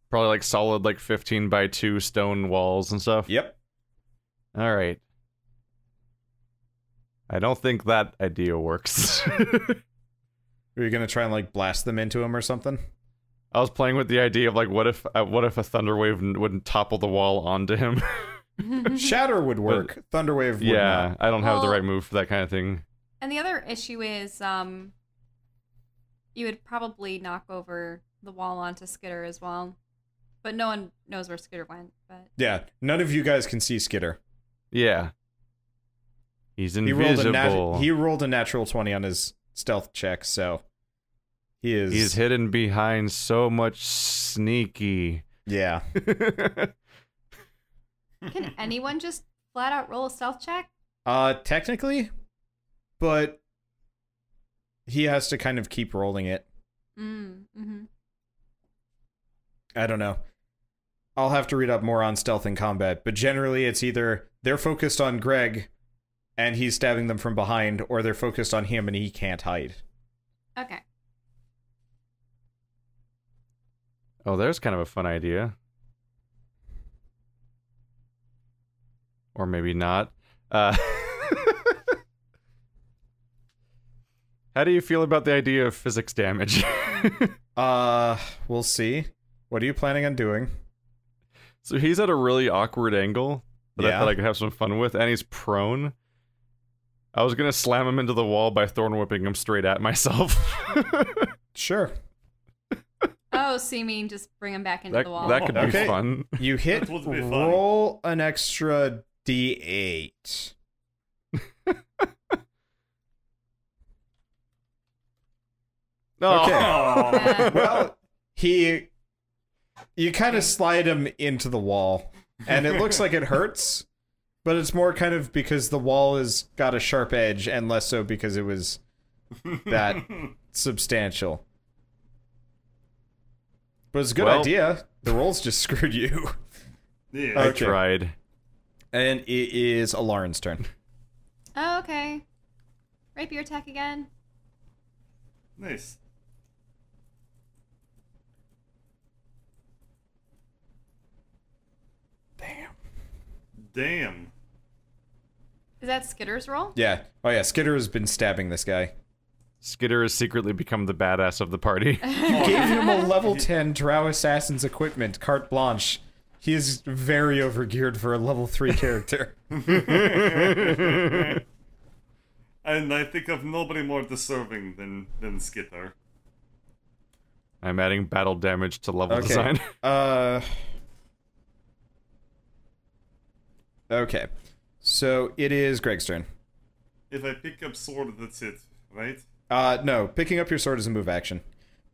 Probably like solid, like fifteen by two stone walls and stuff.
Yep.
All right. I don't think that idea works.
Are you gonna try and like blast them into him or something?
I was playing with the idea of like, what if, uh, what if a thunder wave n- wouldn't topple the wall onto him?
Shatter would work. Thunderwave would
yeah,
not.
I don't have the
Well-
right move for that kind of thing.
And the other issue is, um, you would probably knock over the wall onto Skitter as well, but no one knows where Skitter went. But
Yeah. None of you guys can see Skitter.
Yeah, he's
He rolled a
invisible.
nat- he rolled a natural twenty on his stealth check, so he is
He's hidden behind so much sneaky.
Yeah.
can anyone just flat out roll a stealth check?
Uh, technically, but he has to kind of keep rolling it.
Mm, hmm
I don't know. I'll have to read up more on stealth and combat, but generally it's either they're focused on Greg and he's stabbing them from behind, or they're focused on him and he can't hide.
Okay.
oh, there's kind of a fun idea. Or maybe not. Uh, how do you feel about the idea of physics damage?
Uh, we'll see. What are you planning on doing?
so he's at a really awkward angle that I
Yeah.
thought I could have some fun with, and he's prone. I was gonna slam him into the wall by thorn whipping him straight at myself.
Sure.
Oh, so you mean just bring him back into
that,
the wall?
that could
Okay.
be fun.
You hit,
That would be fun.
roll an extra d8.
Oh.
Okay.
Oh.
Yeah.
well, he you kind of slide him into the wall, and it looks like it hurts, but it's more kind of because the wall has got a sharp edge, and less so because it was that substantial. But it's a good
Well-
idea. The rolls just screwed you.
yeah.
I
Okay.
tried.
And it is Alarin's turn.
Oh, okay. Rapier attack again.
Nice. Damn.
Is that Skitter's roll?
Yeah. Oh yeah, Skitter has been stabbing this guy.
Skitter has secretly become the badass of the party.
Damn.
Gave him a level 10 Drow Assassin's equipment, carte blanche. He is very overgeared for a level 3 character.
And I think of nobody more deserving than than Skitter.
I'm adding battle damage to level
Okay.
design.
Uh. Okay. So it is Greg's turn.
if I pick up sword, that's it, right?
Uh, no, picking up your sword is a move action.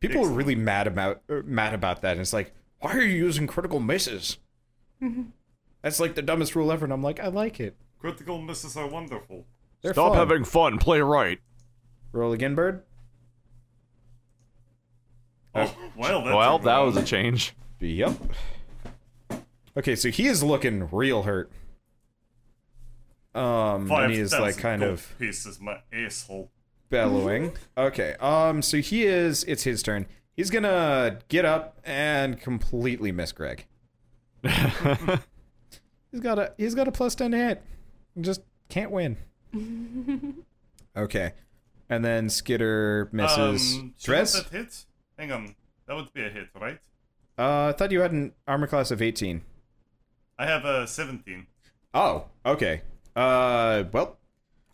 People are really mad about er, mad about that. And it's like, why are you using critical misses? That's like the dumbest rule ever. And I'm like, I like it.
Critical misses are wonderful.
They're
Stop
fun.
having fun. Play right.
roll again, bird.
Oh, well, that's
Well,
a-
that was a change.
Yep. Okay, so he is looking real hurt. Um, and he is like
5,000
kind
gold
of
pieces, my asshole.
bellowing. okay. Um. So he is. It's his turn. He's gonna get up and completely miss Greg. he's got a. He's got a plus ten to hit. Just can't win. okay. And then Skitter misses.
Um, should
Dress.
that hit? Hang on, that would be a hit, right?
Uh, I thought you had an armor class of eighteen.
I have a 17.
Oh. Okay. Uh. Well.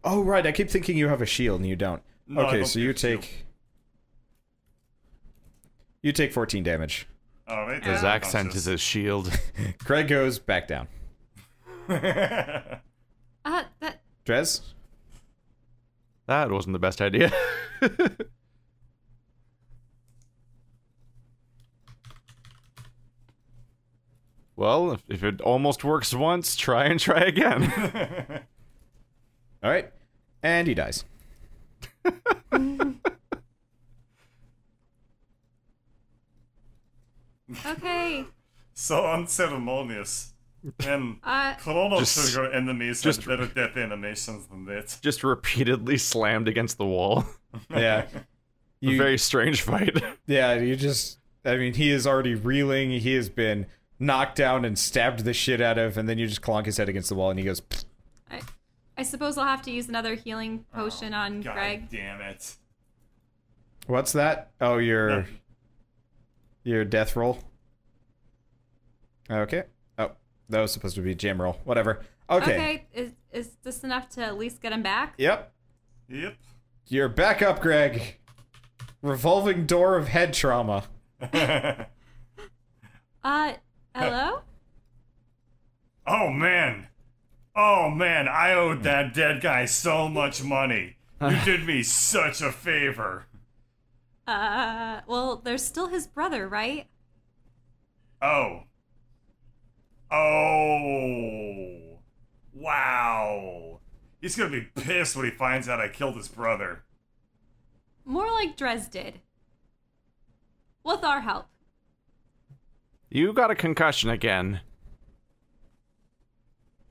Oh right. I keep thinking you have a shield and you don't.
No, I
okay.
don't
so you
have a shield.
take. You take fourteen damage.
All right.
His accent is his shield.
Greg goes back down.
a.
Uh, that
Drez?
That wasn't the best idea. well, if, if it almost works once, try and try again.
All right. And he dies.
okay.
so unceremonious. And
Uh,
Chrono
Just-
Trigger enemies
just-
have better death animations than that.
Just repeatedly slammed against the wall.
Yeah.
A
You-
very strange fight.
yeah, you just I mean, he is already reeling. He has been knocked down and stabbed the shit out of, and then you just clonk his head against the wall and he goes "Pfft."
I, I suppose I'll have to use another healing potion on
Oh, God
Greg.
damn it.
What's that? Oh your
No.
your death roll. Okay. Oh, that was supposed to be jam roll. Whatever. Okay.
Okay, is, is this enough to at least get him back?
Yep.
Yep.
You're back up, Greg. Revolving door of head trauma.
Uh, hello?
Oh man. Oh man, I owed that dead guy so much money. You did me such a favor.
uh, well, there's still his brother, right?
Oh. Oh. Wow. He's gonna be pissed when he finds out I killed his brother.
More like Drez did. With our help.
you got a concussion again.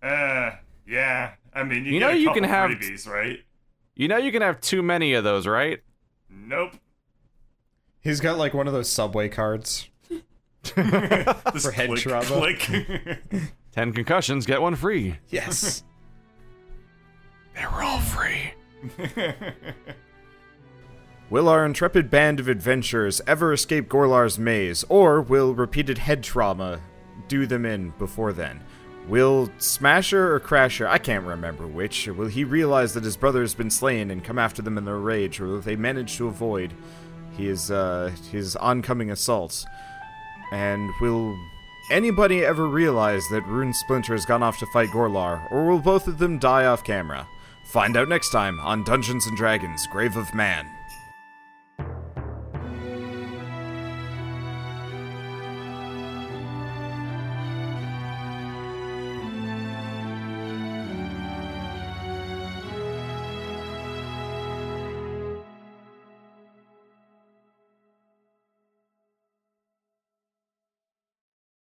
Uh, yeah. I mean, you,
You
get
know
a
you
couple
can have-
freebies, right?
You know you can have too many of those, right?
Nope.
He's got like one of those subway cards.
This
For head
click,
trauma.
click.
Ten concussions, get one free.
Yes.
They were all free.
Will our intrepid band of adventurers ever escape Gorlar's maze, or will repeated head trauma do them in before then? Will Smasher or Crasher, I can't remember which, will he realize that his brother has been slain and come after them in their rage, or will they manage to avoid his, uh, his oncoming assaults? And will anybody ever realize that Rune Splinter has gone off to fight Gorlar, or will both of them die off camera? Find out next time on Dungeons and Dragons Grave of Man.